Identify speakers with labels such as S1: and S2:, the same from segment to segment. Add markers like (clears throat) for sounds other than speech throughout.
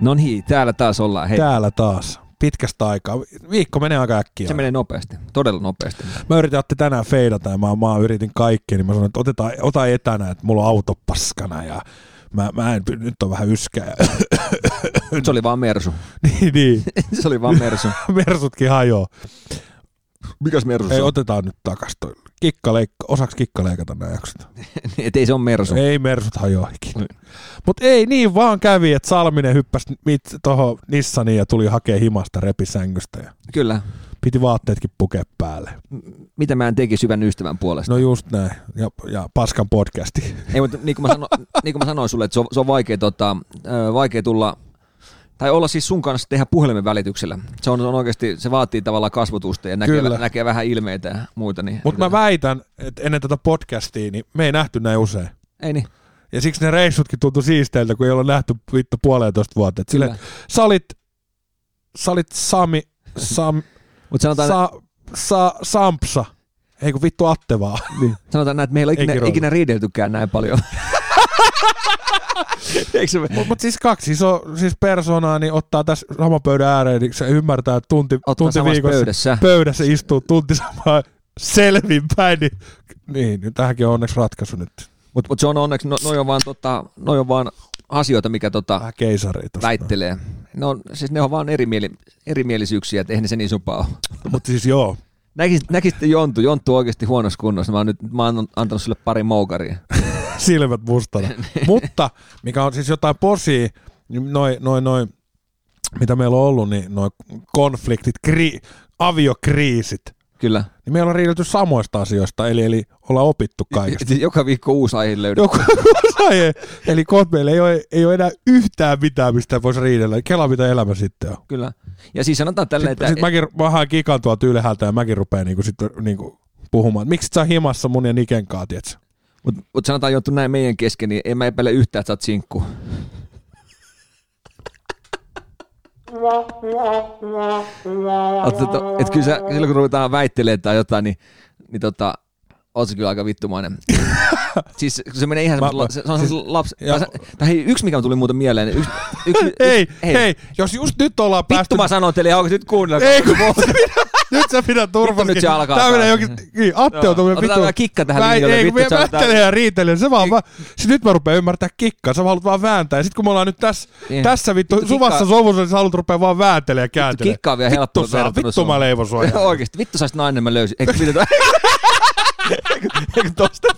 S1: No niin, täällä taas ollaan. Hei,
S2: Täällä taas. Pitkästä aikaa. Viikko menee aika äkkiä.
S1: se menee nopeasti, todella nopeasti.
S2: Mä yritin otti tänään feidata ja mä, mä yritin kaikkea, niin mä sanoin, että otetaan, ota etänä, että mulla on auto paskana ja mä, mä en, nyt on vähän yskää.
S1: Se oli vaan Mersu.
S2: (laughs)
S1: (laughs)
S2: niin, niin.
S1: se oli vaan Mersu.
S2: Mersutkin hajoaa.
S1: Mikäs Mersu
S2: Ei, otetaan nyt takas toi. Kikkaleikka, osaks kikkaleikata nämä jaksot?
S1: Et ei se on Mersu.
S2: Ei Mersut hajoa ikinä. Mut ei niin vaan kävi, että Salminen hyppäsi mit- tohon Nissaniin ja tuli hakee himasta repisängystä ja
S1: Kyllä.
S2: piti vaatteetkin pukea päälle.
S1: Mitä mä en tekisi hyvän ystävän puolesta?
S2: No just näin. Ja, ja paskan podcasti.
S1: Ei, mutta niin kuin mä, sano,
S2: (laughs)
S1: niin kuin mä sanoin sulle, että se on, se on vaikea, tota, ö, vaikea tulla, tai olla siis sun kanssa tehdä puhelimen välityksellä. Se on, on oikeasti, se vaatii tavallaan kasvotusta ja näkee,
S2: Kyllä.
S1: näkee vähän ilmeitä ja muita. Niin,
S2: Mutta mä väitän, että ennen tätä podcastia, niin me ei nähty näin usein.
S1: Ei niin.
S2: Ja siksi ne reissutkin tuntui siisteiltä, kun ei olla nähty vittu puolentoista vuotta. Et Sille,
S1: Kyllä.
S2: sä, olit, sä olit Sami,
S1: (laughs)
S2: Sam,
S1: Mutta sanotaan, Sa-
S2: sa, sa, Sampsa. Ei kun vittu Atte vaan. Niin.
S1: sanotaan näin, että meillä ei ole
S2: Ei
S1: ikinä,
S2: kiroilu.
S1: ikinä riideltykään näin
S2: (laughs)
S1: paljon. Eikö se,
S2: Mutta (laughs) mut siis kaksi iso siis persoonaa niin ottaa tässä saman pöydän ääreen, niin se ymmärtää, että tunti,
S1: ottaa
S2: tunti
S1: samassa
S2: viikossa
S1: pöydässä?
S2: pöydässä istuu tunti samaan selvinpäin. Niin, niin, niin tähänkin on onneksi ratkaisu nyt.
S1: Mutta mut se on onneksi, no, noi on vaan, tota, noi on vaan asioita, mikä tota,
S2: Vähän keisari tosta.
S1: väittelee. Ne on, siis ne on vaan erimieli, erimielisyyksiä, että eihän niin ne sen isompaa ole.
S2: Mutta siis joo,
S1: Näkis, näkisitte Jontu, Jonttu on oikeasti huonossa kunnossa. Mä oon, nyt, mä oon antanut sille pari moukaria.
S2: silmät
S1: (laughs)
S2: mustana. Mutta mikä on siis jotain posia, niin noin, noin, noin, mitä meillä on ollut, niin noin konfliktit, kri, aviokriisit,
S1: Kyllä.
S2: niin meillä on riidelty samoista asioista, eli, eli ollaan opittu kaikesta.
S1: Et Joka viikko uusi aihe löydät.
S2: Joku (laughs) sai, eli kohta meillä ei ole, ei ole enää yhtään mitään, mistä voisi riidellä. Kela mitä elämä sitten on.
S1: Kyllä. Ja siis sanotaan tälleen,
S2: Sitten
S1: että...
S2: sit mäkin mä haen kikan tuolta ylhäältä ja mäkin rupean niinku sit, niinku puhumaan, että miksi sä oot himassa mun ja Niken kaa, tietsä?
S1: Mutta mut sanotaan Jonttu näin meidän kesken, niin en mä epäile yhtään, että sä oot sinkku. Oot- oot- oot- Et kyllä sä, silloin kun ruvetaan väittelemään tai jotain, niin, niin tota, oot sä kyllä aika
S2: (laughs)
S1: vittumainen. siis kun se menee ihan
S2: Mä-
S1: semmoisella,
S2: mä-
S1: se, se on siis, lapsi.
S2: ja-
S1: Tai, sä- tai hei, yksi mikä tuli muuten mieleen. niin
S2: (laughs)
S1: Yksi, yksi,
S2: Hei,
S1: yksi-
S2: hei, jos just nyt ollaan
S1: Vittu
S2: päästy
S1: mä sanon teille, onko nyt kuunnella?
S2: Ei kun nyt (laughs) sä pidät turvasti.
S1: Vittu, nyt se alkaa
S2: Tää menee
S1: taas.
S2: jokin, niin, Atte
S1: Joo.
S2: on tommonen
S1: Otetaan vähän kikka tähän
S2: Mä-
S1: linjalle,
S2: Ei, kun
S1: vittu,
S2: mä
S1: se on tää-
S2: väittelen ja riitelen, se vaan
S1: Kik-
S2: mä, siis nyt mä rupean ymmärtää kikkaa, sä haluat vaan vääntää. Ja sit kun me ollaan nyt tässä,
S1: Niin.
S2: tässä vittu,
S1: Vittu,
S2: suvassa
S1: kikkaa-
S2: sovussa, niin sä haluat rupeaa vaan vääntelemään ja kääntelemään.
S1: Kikka on vielä
S2: Vittu,
S1: helppo
S2: sä, vittu mä leivon sua.
S1: (laughs) Oikeesti, vittu sais nainen mä löysin. Eikö mitä Eikö tosta?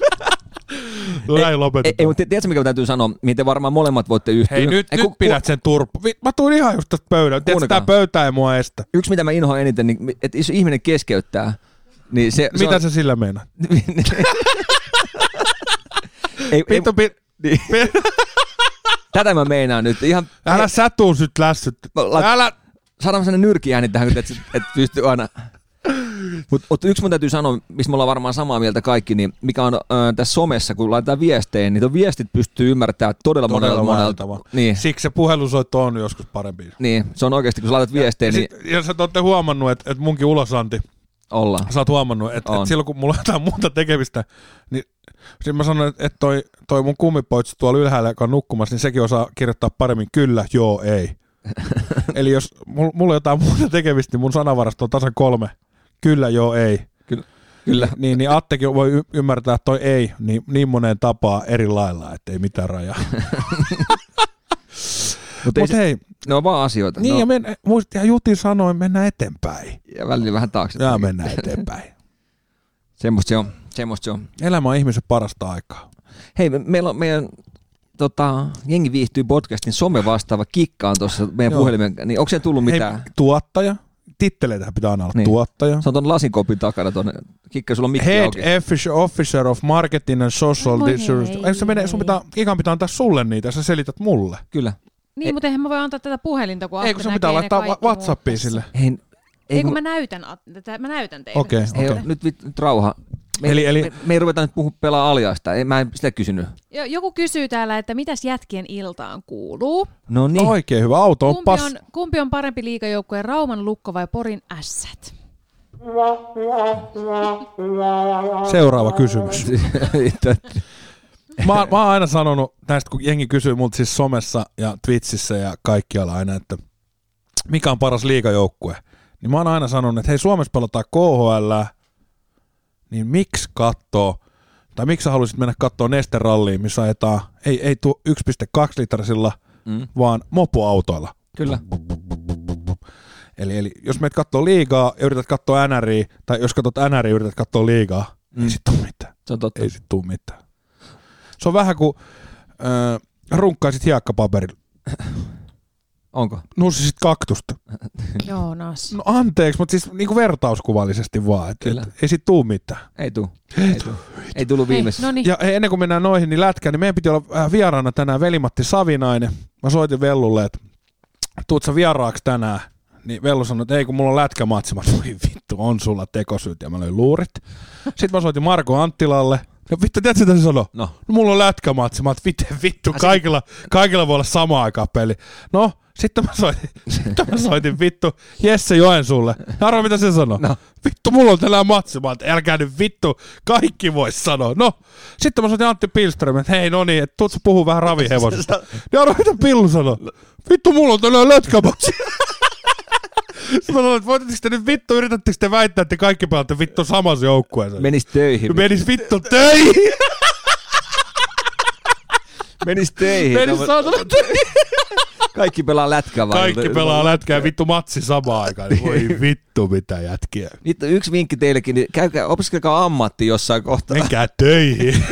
S2: No Näin
S1: Ei, ei
S2: lopetetaan.
S1: mutta tiedätkö mikä täytyy sanoa, miten varmaan molemmat voitte yhtyä.
S2: Hei, nyt,
S1: Ei,
S2: nyt
S1: ku-
S2: pidät sen turpa. Vi- Mä tuun ihan just tästä pöydältä. Tiedätkö,
S1: Kuunnelkaa.
S2: tää pöytä ei mua estä.
S1: ku- Yksi mitä mä inhoan eniten, niin, että jos ihminen keskeyttää, niin se... se
S2: Mitä
S1: on,
S2: sä sillä meinaat?
S1: (laughs) ei, ei,
S2: Vittu, pi-
S1: tätä mä meinaan nyt. Ihan,
S2: älä sä tuu nyt lässyt.
S1: Mä laitan-
S2: Älä,
S1: saadaan sellainen nyrkiääni tähän, kun et, et pystyy aina... Mutta mut yksi mun täytyy sanoa, mistä me ollaan varmaan samaa mieltä kaikki, niin mikä on ö, tässä somessa, kun laitetaan viestejä, niin tuon viestit pystyy ymmärtämään todella,
S2: todella
S1: monelta
S2: vaeltava.
S1: monelta. Niin,
S2: Siksi se puhelusoitto on joskus parempi.
S1: niin, se on oikeasti, kun sä laitat viestejä,
S2: Ja,
S1: niin
S2: sit, ja sä ootte huomannut, että, että munkin ulosanti,
S1: ollaan.
S2: sä oot huomannut, että,
S1: On.
S2: että silloin kun mulla on jotain muuta tekemistä, niin sitten mä sanoin, että toi, toi mun kummipoitsi tuolla ylhäällä, joka on nukkumassa, niin sekin osaa kirjoittaa paremmin kyllä, joo,
S1: (laughs)
S2: ei. Eli jos mulla, mulla on jotain muuta tekemistä, niin mun sanavarasto on tasan kolme. Kyllä, joo, ei.
S1: Kyllä. Kyllä.
S2: Niin, niin Attekin voi y- ymmärtää, että toi ei niin, niin moneen tapaa eri lailla, että ei mitään rajaa.
S1: Mutta
S2: Mutta
S1: se,
S2: hei,
S1: ne on vaan asioita.
S2: niin
S1: no,
S2: ja, men, muist, ja Jutin sanoin, mennään eteenpäin.
S1: ja välillä vähän taakse.
S2: Ja mennään eteenpäin.
S1: Semmosta se on. Semmosta se on.
S2: Elämä on ihmisen parasta aikaa.
S1: Hei, me, meillä on meidän tota, jengi viihtyy podcastin somevastaava kikka on tuossa meidän
S2: Joo.
S1: puhelimen, niin onko se tullut mitään?
S2: Hei, tuottaja. Titteleitähän pitää aina olla
S1: Niin.
S2: niin. tuottaja.
S1: Se on ton lasinkopin takana tuonne. Kikka, sulla on mikki
S2: Head
S1: auki.
S2: officer- officer of marketing and social
S3: Moi hei,
S2: distribution. Ei, se menee, sun pitää, ikan pitää antaa sulle niitä, sä selität mulle.
S1: Kyllä.
S3: Niin, mutta eihän mä voi antaa tätä puhelinta, kun
S2: Ei,
S3: Atte
S2: kun sun
S3: näkee
S2: pitää
S3: ne
S2: laittaa
S3: kaikki
S2: wa- Whatsappiin
S3: muut
S2: sille.
S1: Ei,
S3: tässä. Ei, kun mä näytän, Atte- tätä- mä näytän teille.
S2: Okei,
S3: tästä.
S1: ei,
S2: okei.
S1: nyt, nyt, nyt rauha. Me,
S2: Eli- eli-
S1: me, me ei ruveta nyt puhua pelaa aliaista. Ei, mä en sitä kysynyt.
S3: Jo- Joku kysyy täällä, että mitäs jätkien iltaan kuuluu?
S1: No niin. (laughs)
S2: Oikein hyvä, auto on
S3: Kumpi
S2: pas.
S3: on, kumpi on parempi liikajoukkue, Rauman lukko vai Porin
S2: (laughs)
S3: ässät?
S2: Seuraava kysymys. Mä, oon- mä oon aina sanonut näistä, kun jengi kysyy multa siis somessa ja Twitchissä ja kaikkialla aina, että mikä on paras liikajoukkue. Niin mä oon aina sanonut, että hei Suomessa pelataan KHL, niin miksi kattoo, tai miksi sä haluaisit mennä kattoo nesteralliin, missä ajetaan, ei, ei tuo 1,2 litrasilla,
S1: Mm.
S2: vaan mopoautoilla.
S1: Kyllä.
S2: Eli, eli jos meet kattoo liigaa ja yrität katsoa NRiä, tai jos katsot NRiä ja yrität katsoa liigaa, mm.
S1: Mm.
S2: ei sit tuu mitään.
S1: Se on totta.
S2: Ei sit tuu mitään. Se on vähän kuin äh, runkkaisit hiekkapaperilla.
S1: Onko?
S2: Nussisit kaktusta.
S3: Joo, nas.
S2: No anteeksi, mutta siis niinku vertauskuvallisesti vaan. Et,
S1: Kyllä.
S2: et, ei sit tuu mitään.
S1: Ei tuu. Ei, tuu. ei tullut viimeisessä.
S3: no niin,
S2: Ja hei, ennen kuin mennään noihin, niin lätkään, niin meidän piti olla äh, vieraana tänään velimatti Savinainen. Mä soitin Vellulle, että tuut sä vieraaksi tänään. Niin Vellu sanoi, että ei kun mulla on lätkämatsi. Mä sanoin, "Voi vittu, on sulla tekosyyt. Ja mä löin luurit. Sitten mä soitin Marko Anttilalle. No vittu, tiedätkö mitä se sanoi?
S1: No.
S2: No, mulla on lätkämatsi. Mä oon, että miten vittu, kaikilla, kaikilla voi olla sama aikaa peli. No, sitten mä soitin,
S1: (laughs)
S2: sitten mä soitin vittu Jesse Joensuulle. Arvo, mitä se sanoi?
S1: No.
S2: Vittu, mulla on tänään matsi. Mä oon, että älkää nyt vittu, kaikki voi sanoa. No, sitten mä soitin Antti Pilström, että hei, no niin, että tuut sä puhuu vähän ravihevosesta. Niin arvo, mitä Pillu sanoi? Vittu, mulla on tänään lätkämatsi. (laughs) Sitten mä sanoin, että voitatteko te nyt vittu, yritättekö te väittää, että te kaikki pelaatte vittu samassa joukkueessa?
S1: Menis töihin.
S2: Menis vittu töihin!
S1: Menis töihin.
S2: Menis
S1: Tämä-
S2: saatana
S1: Kaikki pelaa lätkää vaan.
S2: Kaikki pelaa lätkää ja vittu matsi samaan aikaan. Niin voi vittu mitä jätkiä.
S1: Nyt on yksi vinkki teillekin, niin käykää, opiskelkaa ammatti jossain kohtaa.
S2: Menkää töihin.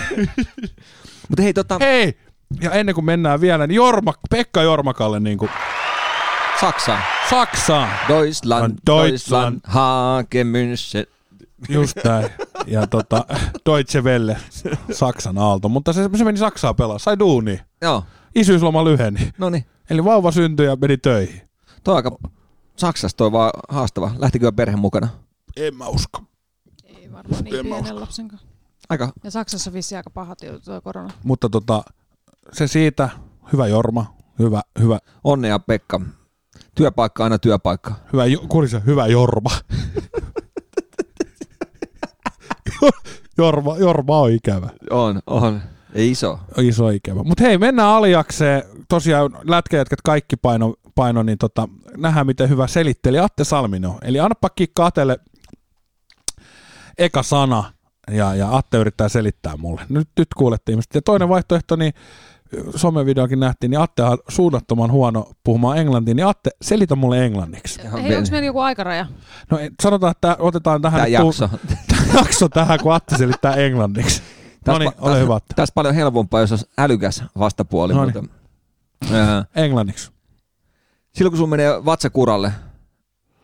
S1: Mutta hei, tota,
S2: Niin. Hei! Ja ennen kuin mennään vielä, niin Jorma, Pekka Jormakalle niin kuin
S1: Saksa.
S2: Saksaan.
S1: Deutschland,
S2: An- Deutschland.
S1: Deutschland, Haake, München.
S2: Just näin. Ja tota, Deutsche Welle, Saksan aalto. Mutta se, se meni Saksaan pelaa, sai duuni.
S1: Joo,
S2: Isyysloma lyheni.
S1: no niin.
S2: Eli vauva syntyi ja meni töihin.
S1: Toi on aika Saksassa toi vaan haastava. Lähtikö perhe mukana?
S2: En mä usko.
S3: ei varmaan niin pienen lapsen kanssa.
S1: Aika.
S3: Ja Saksassa vissi aika pahat jutut tuo korona.
S2: Mutta tota, se siitä. Hyvä Jorma. Hyvä, hyvä,
S1: Onnea Pekka. Työpaikka aina työpaikka.
S2: Hyvä, jo- kurissa, hyvä Jorma. (laughs) Jorma, Jorma on ikävä.
S1: On, on. Ei iso.
S2: Iso ikävä. Mutta hei, mennään aliakseen. Tosiaan lätkäjätkät kaikki paino, paino niin tota, nähdään miten hyvä selitteli Atte Salminen on. Eli annapa kikka Atelle eka sana ja, ja Atte yrittää selittää mulle. Nyt, nyt kuulette ihmiset. Ja toinen vaihtoehto, niin somevideokin nähtiin, niin Atte on suunnattoman huono puhumaan englantia, niin Atte, selitä mulle englanniksi.
S1: Ihan
S3: Hei,
S1: vielä.
S3: onko meillä joku aikaraja?
S2: No ei, sanotaan, että otetaan tähän
S1: Tämä
S2: nyt tuu- (laughs)
S1: jakso.
S2: jakso tähän, kun Atte selittää englanniksi. No niin,
S1: Tässä-
S2: ole hyvä No niin. Atte.
S1: Tässä paljon helpompaa, jos olisi älykäs vastapuoli.
S2: Noniin.
S1: Mutta, öö,
S2: Englanniksi.
S1: silloin kun sun menee vatsakuralle,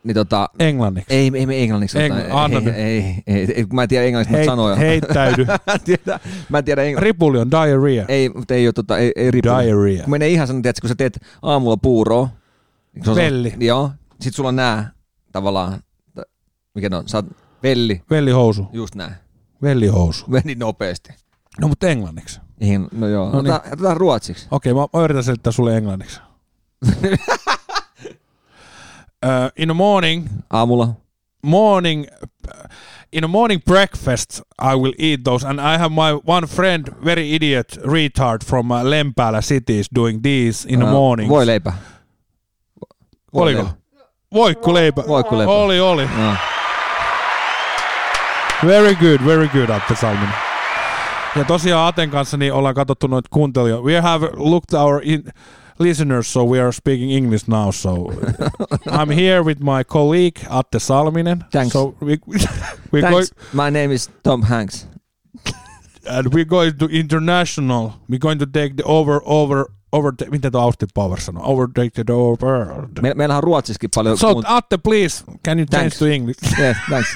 S1: niin tota,
S2: Englanniksi.
S1: ei, ei me englanniksi.
S2: Engl-
S1: sanotaan.
S2: anna
S1: ei,
S2: nyt.
S1: ei, ei, ei, kun mä en tiedä englanniksi
S2: Hei,
S1: Hei, sanoja. (laughs)
S2: heittäydy.
S1: mä en tiedä, mä en tiedä englann...
S2: Ripuli on diarrhea.
S1: Ei, mutta ei ole tota, ei, ei ripu.
S2: Diarrhea.
S1: Kun menee ihan sanotaan, että kun sä teet aamulla puuroa. niin kun sä-
S2: Velli.
S1: Joo. Sitten sulla on nää tavallaan, t- mikä ne on, sä oot velli,
S2: Vellihousu.
S1: just näin.
S2: Vellihousu.
S1: Meni nopeasti.
S2: No mutta englanniksi.
S1: Niin, no joo.
S2: Niin No
S1: No
S2: niin.
S1: niin. Otetaan ruotsiksi.
S2: Okei, okay, mä, mä yritän selittää
S1: (laughs)
S2: sulle englanniksi. uh, in the morning,
S1: Aamulla.
S2: morning uh, in the morning breakfast I will eat those and I have my one friend very idiot retard from uh, Lempäälä city is doing these in the
S1: ää,
S2: morning.
S1: Voi leipä.
S2: Oliko? Voikkuleipä.
S1: Voikkuleipä.
S2: Oli, oli.
S1: No.
S2: Very good, very good, Atte Salminen. Ja tosiaan Aten kanssa niin ollaan katsottu noita kuuntelijoita. We have looked our in listeners, so we are speaking English now. So
S1: (laughs)
S2: I'm here with my colleague Atte Salminen.
S1: Thanks.
S2: So we, (laughs) we're, going,
S1: Thanks. My name is Tom Hanks.
S2: and we're going to international. We're going to take the over, over, over. Mitä tuo Austin Power sanoo? Overtake the over.
S1: Me, meillähän on ruotsiskin paljon.
S2: So
S1: kuunt-
S2: Atte, please, can you change
S1: Thanks.
S2: to
S1: (laughs)
S2: English?
S1: yes, thanks.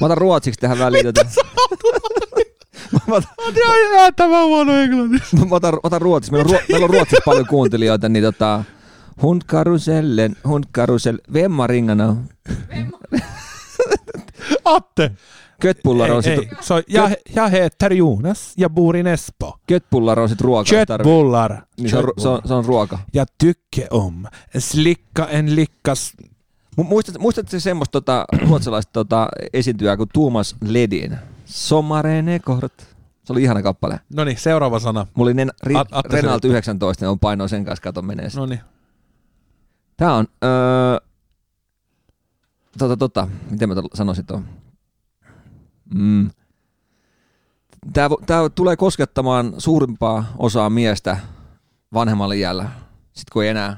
S1: Mä otan ruotsiksi tähän väliin. Mitä sä mä, otan,
S2: Jaa, tämä on huono englanti.
S1: mä otan, otan ruotsiksi. Meillä on, ruo- meillä on ruotsiksi paljon kuuntelijoita, niin tota... Hundkarusellen, hundkarusell, vemma ringana,
S2: Atte.
S1: köttbullar on
S2: Ei,
S1: sit,
S2: ei. Se on, jag, jag heter Jonas, jag bor i Näsbo.
S1: köttbullar on sit ruoka. jos tarvii.
S2: Köttbullar.
S1: Niin se, on, ru- se, on, se on ruoka.
S2: Jag tycker om slicka en lickas.
S1: Mu- Muistat, muistatko se semmoista (clears throat) tota, ruotsalaista tota, esiintyjää kuin Tuomas Ledin? Sommarene kort. Se oli ihana kappale.
S2: No niin, seuraava sana.
S1: Mulla oli nen, ri,
S2: At- Atte
S1: Renault
S2: selittää.
S1: 19, ja on painoin sen kanssa katon meneessä.
S2: No niin.
S1: Tää on, öö, tota, tota, miten mä tol- sanoisin tuon? Mm. Tää, vo- tää tulee koskettamaan suurimpaa osaa miestä vanhemmalla iällä, sit kun ei enää.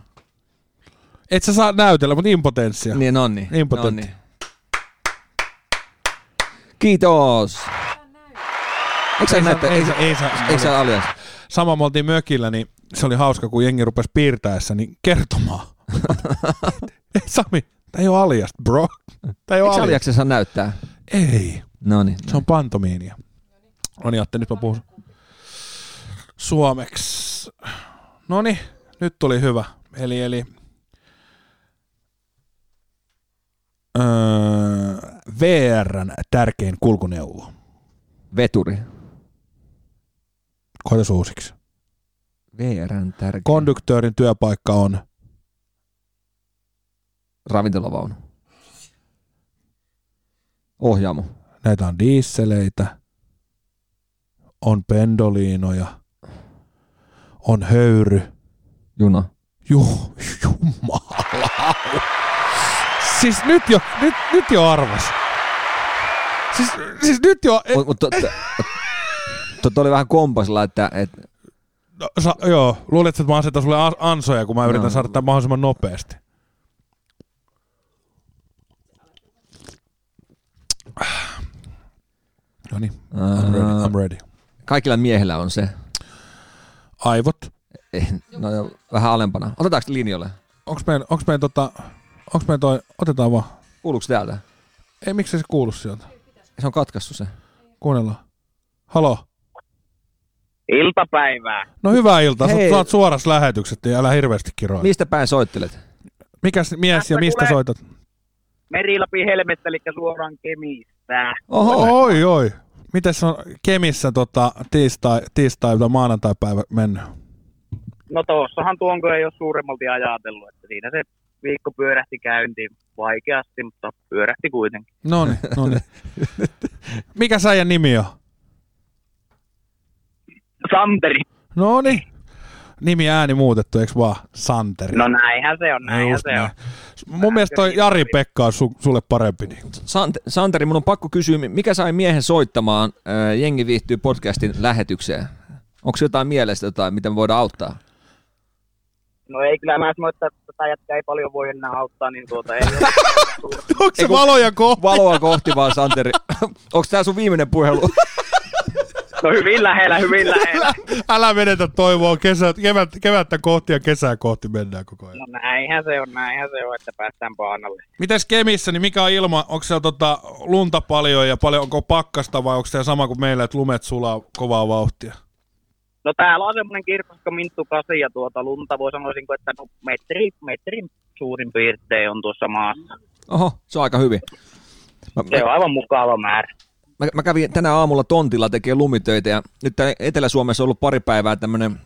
S2: Et sä saa näytellä, mutta impotenssia.
S1: Niin on niin.
S2: Impotentti.
S1: Nonni. Kiitos. Eikö sä
S2: Ei saa-
S1: näyttä,
S2: ei
S1: eikö
S2: saa- ei saa-
S1: eikö sä alias?
S2: Sama me oltiin mökillä, niin se oli hauska, kun jengi rupesi piirtäessä, niin kertomaan.
S1: (laughs)
S2: ei Sami, tää ei ole alias, bro. Tää ei
S1: Eikö
S2: ole
S1: sä
S2: alias.
S1: aliaksessa saa näyttää?
S2: Ei,
S1: No niin.
S2: se on pantomiinia. No niin, Atte, nyt mä puhun suomeksi. No niin, nyt tuli hyvä. Eli, eli öö, VRn tärkein kulkuneuvo.
S1: Veturi.
S2: Koitas uusiksi.
S1: VRn tärkeä.
S2: Konduktöörin työpaikka on
S1: Ravintolavaunu. Ohjaamo.
S2: näitä on diisseleitä, on pendoliinoja, on höyry.
S1: Juna.
S2: Juh, jumala. Siis nyt jo, nyt, nyt jo arvas. Siis, siis nyt jo, et,
S1: Mutta mut, to- to- to- oli vähän kompasilla, että et,
S2: no, sa, joo, luulet, että mä asetan sulle a- ansoja, kun mä yritän
S1: No.
S2: no. saada tämän mahdollisimman nopeasti. No niin, I'm ready,
S1: ää,
S2: I'm ready.
S1: kaikilla miehillä on se.
S2: Aivot.
S1: Eh, No, jo, vähän alempana. Otetaanko linjoille?
S2: Onks meidän, onks meidän tota, onks meidän toi, otetaan vaan.
S1: Kuuluuko täältä?
S2: Ei, miksi se kuulu sieltä?
S1: Se on katkaissut se.
S2: Kuunnellaan. Halo.
S4: Iltapäivää.
S2: No hyvää iltaa, sä
S1: Hei.
S2: saat suorassa lähetykset ja älä hirveästi kiroa.
S1: Mistä päin soittelet?
S2: Mikäs mies ja
S4: Tästä
S2: mistä
S4: tulee-
S2: soitat?
S4: Merilapin helmestä, eli suoraan Kemistä.
S1: Oho.
S2: Oi, oi. Mites on Kemissä tota, tiistai, tiistai tai maanantai päivä mennyt?
S4: No tuossahan tuonko ei ole suuremmalti ajatellut, että siinä se viikko pyörähti käyntiin vaikeasti, mutta pyörähti kuitenkin.
S1: (laughs)
S2: No niin, no niin. Mikä säijän nimi on?
S4: Santeri.
S2: No niin. Nimi ja ääni muutettu, eikö vaan? Santeri.
S4: No näinhän se on, näinhän
S2: Just
S4: se on.
S2: näin. Mun mielestä toi Jari-Pekka on su, sulle parempi. Niin.
S1: (laughs) Sant- Santeri, mun on pakko kysyä, mi- mikä sai miehen soittamaan ää, Jengi viihtyy podcastin lähetykseen? Onko jotain mielestä jotain, miten me voidaan auttaa?
S4: No ei kyllä mä sanoin, että tätä jätkää ei paljon voi enää auttaa, niin tuota ei ole.
S2: Onko se valoja kohta?
S1: Valoa kohti vaan, Santeri. Onko tämä sun viimeinen puhelu?
S4: No hyvin lähellä, hyvin lähellä.
S2: Älä menetä toivoa kesä, kevät, kevättä kohti ja kesää kohti mennään koko ajan.
S4: No näinhän se on, näinhän se on, että päästään paanalle.
S2: Mites Kemissä, niin mikä on ilma? Onko siellä tota lunta paljon ja paljon onko pakkasta vai onko siellä sama kuin meillä, että lumet sulaa kovaa vauhtia?
S4: No täällä on semmoinen kirkko minttu kasi ja tuota lunta voi sanoisinko, että no metri, metrin suurin piirtein on tuossa maassa.
S1: Oho, se on aika hyvin. Mä,
S4: Se on aivan mukava määrä.
S1: Mä, mä kävin tänä aamulla tontilla tekemään lumitöitä ja nyt täällä Etelä-Suomessa on ollut pari päivää tämmönen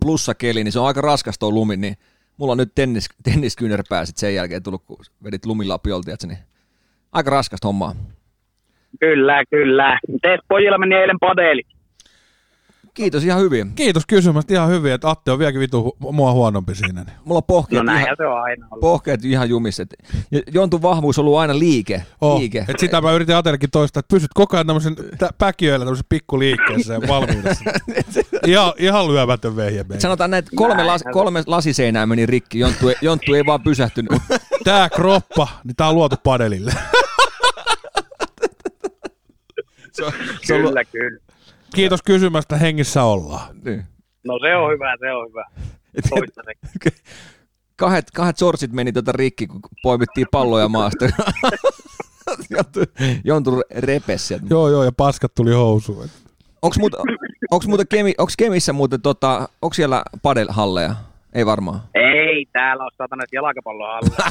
S1: plussakeli, niin se on aika raskas tuo lumi, niin mulla on nyt tennis, (laughs) tenniskyynärpää sit sen jälkeen tullut, kun vedit lumilapiolta, tiedätkö, niin aika raskasta hommaa.
S4: Kyllä, kyllä. Teet pojilla meni eilen padeli. No
S1: Kiitos ihan hyvin.
S2: Kiitos kysymästä ihan hyvin, että Atte on vieläkin vitu hu- mua huonompi siinä. Niin.
S1: Mulla on
S4: No
S1: pohkeet, ihan,
S4: näinhän se on aina ollut.
S1: pohkeet ihan jumiset. Ja Jontun vahvuus on ollut aina liike.
S2: Oh,
S1: liike.
S2: et sitä mä yritin Atellekin toistaa, että pysyt koko ajan tämmöisen tä- päkiöillä tämmöisen pikkuliikkeessä ja valmiudessa. ihan, ihan lyömätön vehje
S1: Et
S2: meidän.
S1: Sanotaan näin, että kolme, las, kolme lasiseinää meni rikki, Jonttu ei, Jonttu ei vaan pysähtynyt. (laughs)
S2: Tää kroppa, niin tää on luotu padelille.
S1: se on ollut-
S4: Kyllä, kyllä.
S2: Kiitos kysymästä, hengissä ollaan.
S1: Niin.
S4: No se on hyvä, se on hyvä. Toistaiseksi.
S1: kahdet, kahdet sorsit meni tota rikki, kun poimittiin palloja maasta. Jontu, jontu repes sieltä.
S2: Joo, joo, ja paskat tuli housuun.
S1: Onks, muuta, onks, muuta kemi, onks Kemissä muuten, tota, onks siellä padelhalleja? Ei varmaan.
S4: Ei, täällä on satana jalkapallon alla.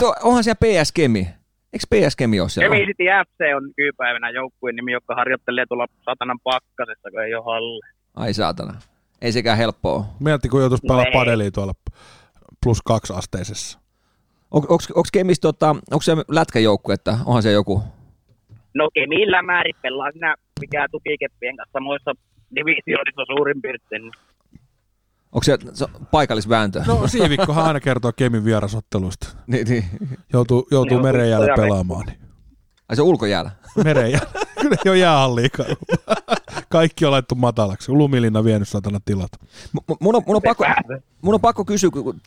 S1: To, onhan siellä PS Kemi. Eiks PS Kemi ole siellä?
S4: Kemi City FC on nykypäivänä joukkueen nimi, joka harjoittelee tuolla satanan pakkasessa, kun ei ole halle.
S1: Ai saatana. Ei sekään helppoa.
S2: Mietti, kun joutuisi pelaa
S4: No ei.
S2: padelia tuolla plus kaksi asteisessa.
S1: On, onks, onks Kemissä, tota, onks siellä lätkäjoukkuetta? Onhan siellä joku?
S4: No Kemillä määrit pelaa siinä mikään tukikeppien kanssa samoissa divisioonissa suurin piirtein. No
S1: Onko se, se on paikallisvääntö?
S2: No siivikkohan aina kertoo Kemin vierasotteluista.
S1: (laughs) niin, niin.
S2: Joutuu, joutuu
S4: Niin,
S2: meren jäällä
S4: mutta-
S2: pelaamaan. Niin.
S1: Ai se on ulkojäällä.
S2: Meren jäällä. (laughs) Kyllä ei ole jäähalliikaa. Kaikki on laittu matalaksi. Lumilinna vienyt satana tilat.
S1: M- m- Mun on, mun on pakko, mun on pakko kysyä, kun- kun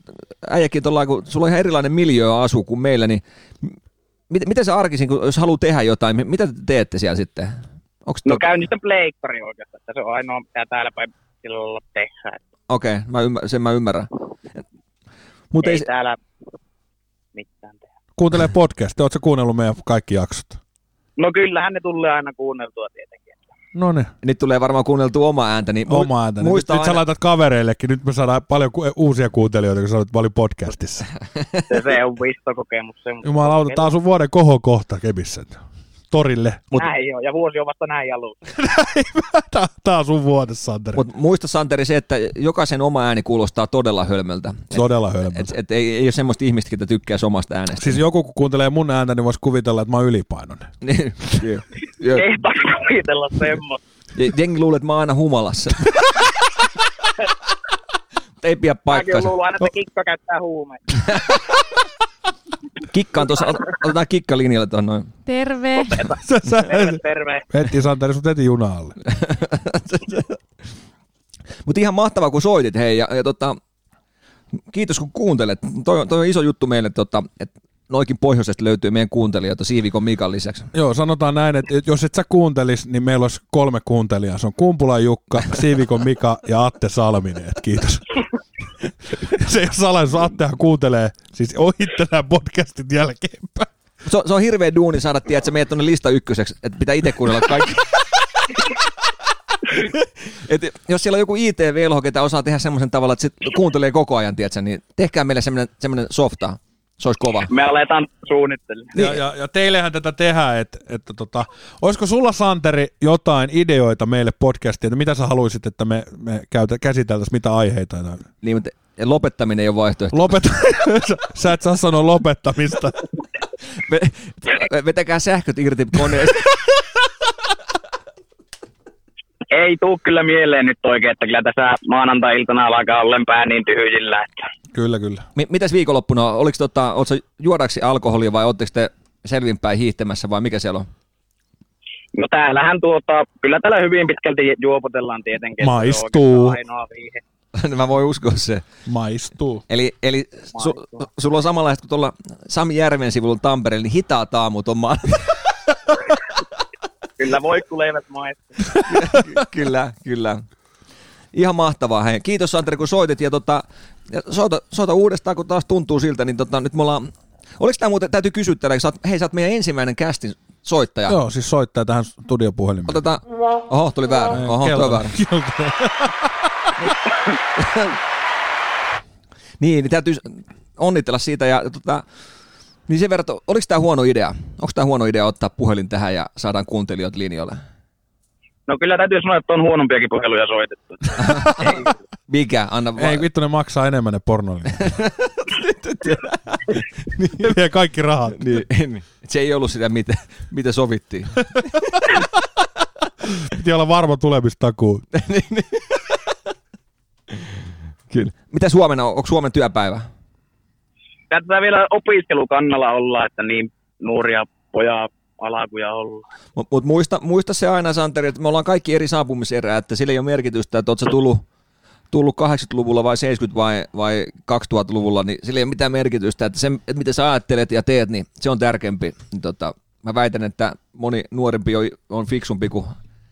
S1: äijäkin tuolla, kun sulla on ihan erilainen miljöö asu kuin meillä, niin mit, miten sä arkisin, kun jos haluaa tehdä jotain, mi- mitä te teette siellä sitten? Onks
S4: No
S1: to-
S4: käyn niistä pleikkari oikeastaan, että se on ainoa mitä täällä päin silloin tehdään.
S1: Okei, okay, mä ymmär, sen mä ymmärrän. Mutta
S4: ei,
S1: ei,
S4: ei
S1: se-
S4: täällä mitään tehdä.
S2: Kuuntelee podcastia. Oletko kuunnellut meidän kaikki jaksot?
S4: No kyllähän ne tulee aina kuunneltua tietenkin.
S2: No niin.
S1: nyt tulee varmaan kuunneltua oma ääntä, niin mu-
S2: Oma ääntä. Nyt,
S1: muista
S2: nyt sä
S1: aina,
S2: laitat kavereillekin. Nyt me saadaan paljon ku- uusia kuuntelijoita, kun sä olet paljon podcastissa.
S4: Se, se on vistokokemus. Se,
S2: Jumalauta, tää on sun vuoden kohokohta Kemissä. Torille. (laughs)
S1: mut-
S4: Näin joo, ja vuosi on vasta näin alussa.
S2: Tää, tää on sun vuote, Santeri.
S1: mut muista Santeri se, että jokaisen oma ääni kuulostaa todella hölmöltä. Et,
S2: Todella hölmö.
S1: et, et, ei, ei ole semmoista ihmistä, ketä tykkää omasta äänestä.
S2: Siis joku, kun kuuntelee mun ääntä, niin voisi kuvitella, että mä oon ylipainoinen.
S1: (laughs) Niin. Joo.
S4: Ei tarvitse kuvitella semmoista.
S1: Jengi luulee, että mä oon aina
S4: (laughs)
S1: humalassa. Mut ei pidä
S4: Mäkin olen
S1: paikkaansa. No-
S4: luullut aina, että kikka käyttää huumeita.
S1: Kikkaan tuossa, ot- otetaan kikka linjalle tuohon noin.
S3: Terve.
S2: (laughs) Sä,
S1: (laughs)
S2: sä,
S4: Terve, terve.
S2: heti Santeri, sut heti juna alle.
S1: Mutta ihan mahtavaa, kun soitit, hei, ja, ja tota, kiitos kun kuuntelet. Toi, on- toi on iso juttu meille, tota, että noikin pohjoisesta löytyy meidän kuuntelijoita Siivikon Mikan lisäksi.
S2: Joo, sanotaan näin, että jos et sä kuuntelis, niin meillä olisi kolme kuuntelijaa. Se on Kumpulan Jukka, Siivikon Mika ja Atte Salminen. Et kiitos. (laughs) Se ei ole salaisuus. Attehan kuuntelee siis ohitte nämä podcastit jälkeenpäin.
S1: Se, on- se on hirveä duuni saada, tiedä, että sä menet tuonne lista ykköseksi, että pitää itse kuunnella kaikki. Et jos siellä on joku IT-velho, ketä osaa tehdä semmoisen tavalla, että sit kuuntelee koko ajan, tiedätkö, niin tehkää meille semmoinen, semmoinen softa. Se olisi kova.
S4: Me aletaan suunnittelemaan.
S2: Ja, ja, ja teillehän tätä tehdään, että, että tota, olisiko sulla Santeri jotain ideoita meille podcastiin, että mitä sä haluaisit, että me, me käytä, käsiteltäisiin, mitä aiheita enää?
S1: Niin, mutta lopettaminen ei ole vaihtoehto.
S2: Lopeta. (laughs) Sä- sä et saa sanoa lopettamista.
S1: Ve- Vetäkää sähköt irti koneesta.
S4: Ei tuu kyllä mieleen nyt oikein, että kyllä tässä maanantai-iltana alkaa ollen pää niin tyhjillä. Että
S2: Kyllä, kyllä.
S1: M- mitäs viikonloppuna on? Oliko tota, ootko sä juodaksi alkoholia vai ootteko te selvinpäin hiihtämässä vai mikä siellä on? (laughs)
S4: No täällähän tuota, kyllä täällä hyvin pitkälti juopotellaan tietenkin. että se on
S2: Maistuu.
S4: oikeastaan Ainoa viihe.
S1: Mä voin uskoa se.
S2: Maistuu.
S1: Eli, eli su, sulla on samanlaista kuin tuolla Sami Järven sivulla Tampereella, niin hitaat aamut on (laughs) maan.
S4: Kyllä voikkuleivät maistuu.
S1: kyllä, kyllä. Ihan mahtavaa. Hei. Kiitos Santeri, kun soitit. Ja, tota, ja soita, soita, uudestaan, kun taas tuntuu siltä. Niin tota, nyt me ollaan... Oliko tämä muuten, täytyy kysyä tällä, kun sä oot, hei, sä oot meidän ensimmäinen kästin soittaja.
S2: Joo, siis soittaa tähän studiopuhelimeen.
S1: Otetaan. Oho, tuli väärä. Oho,
S2: Kello-
S1: tuli väärä.
S2: kello-
S1: Niin, niin täytyy onnitella siitä. Ja, tota, niin sen verran, että oliko tämä huono idea? Onko tämä huono idea ottaa puhelin tähän ja saadaan kuuntelijat linjoille?
S4: No kyllä täytyy sanoa, että on huonompiakin puheluja soitettu.
S1: Mikä? Anna vaan.
S2: Ei vittu, ne maksaa enemmän ne
S1: (laughs)
S2: pornolinjat. ne vie kaikki rahat.
S1: niin. Se ei ollut sitä, mitä, mitä sovittiin. (laughs)
S2: Piti olla varma tulemistakuu.
S1: Niin, Kyllä. Mitäs huomenna on? Onko Suomen työpäivä?
S4: Tätä vielä opiskelukannalla olla, että niin nuoria pojaa alakuja ollaan.
S1: Mutta mut muista, muista se aina, Santeri, että me ollaan kaikki eri saapumiserää, että sillä ei ole merkitystä, että oot sä tullut, tullut 80-luvulla vai 70- vai, vai 2000-luvulla, niin sillä ei ole mitään merkitystä, että se, että mitä sä ajattelet ja teet, niin se on tärkeämpi. Niin tota, mä väitän, että moni nuorempi on, on fiksumpi kuin,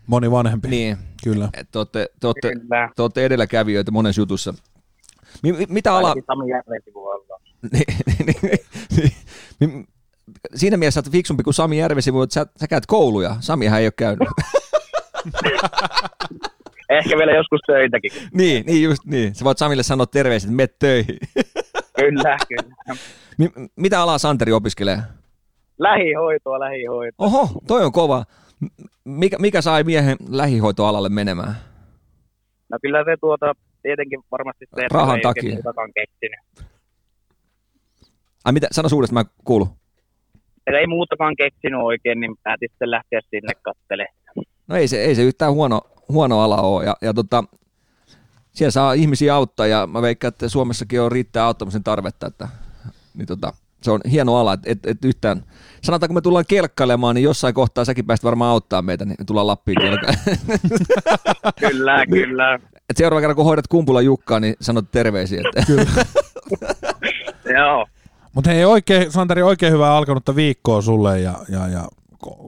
S2: Moni vanhempi.
S1: niin,
S2: Kyllä.
S1: että te ootte, te ootte,
S4: Kyllä.
S1: te ootte edelläkävijöitä monessa jutussa. Mi- mi- Mitä ala,
S4: Ainakin Sami Järven sivulla ollaan.
S1: (laughs) niin, niin, niin, niin, siinä mielessä sä oot fiksumpi kuin Sami Järvesi, mutta sä, sä käyt kouluja. Samihan ei ole käynyt.
S4: Ehkä vielä joskus töitäkin.
S1: niin, niin, just niin. Sä voit Samille sanoa terveiset, että menet töihin.
S4: Kyllä, kyllä.
S1: M- mitä alaa Santeri opiskelee?
S4: Lähihoitoa, lähihoitoa.
S1: Oho, toi on kova. M- Mikä, mikä sai miehen lähihoitoalalle menemään?
S4: No kyllä se tuota, tietenkin varmasti se, että
S1: Rahan
S4: ei oikein
S1: takia.
S4: muutakaan keksinyt.
S1: Ai mitä, sano suuresti, mä kuulun.
S4: Että ei muutakaan keksinyt oikein, niin päätin sitten lähteä sinne kattelemaan.
S1: No ei se, ei se yhtään huono, huono ala ole. Ja, ja tota, siellä saa ihmisiä auttaa ja mä veikkaan, että Suomessakin on riittää auttamisen tarvetta. Että, niin tota, se on hieno ala, että et, et yhtään, sanotaanko me tullaan kelkkailemaan, niin jossain kohtaa säkin päästä varmaan auttaa meitä, niin me tullaan Lappiin kelkkailemaan.
S2: (laughs)
S4: Kyllä,
S2: Niin.
S4: kyllä.
S1: Et seuraava kerran, kun hoidat kumpula Jukkaa, niin sanot terveisiä. Että.
S4: Joo.
S2: Mutta hei, oikein, Santeri, oikein hyvää alkanutta viikkoa sulle ja, ja, ja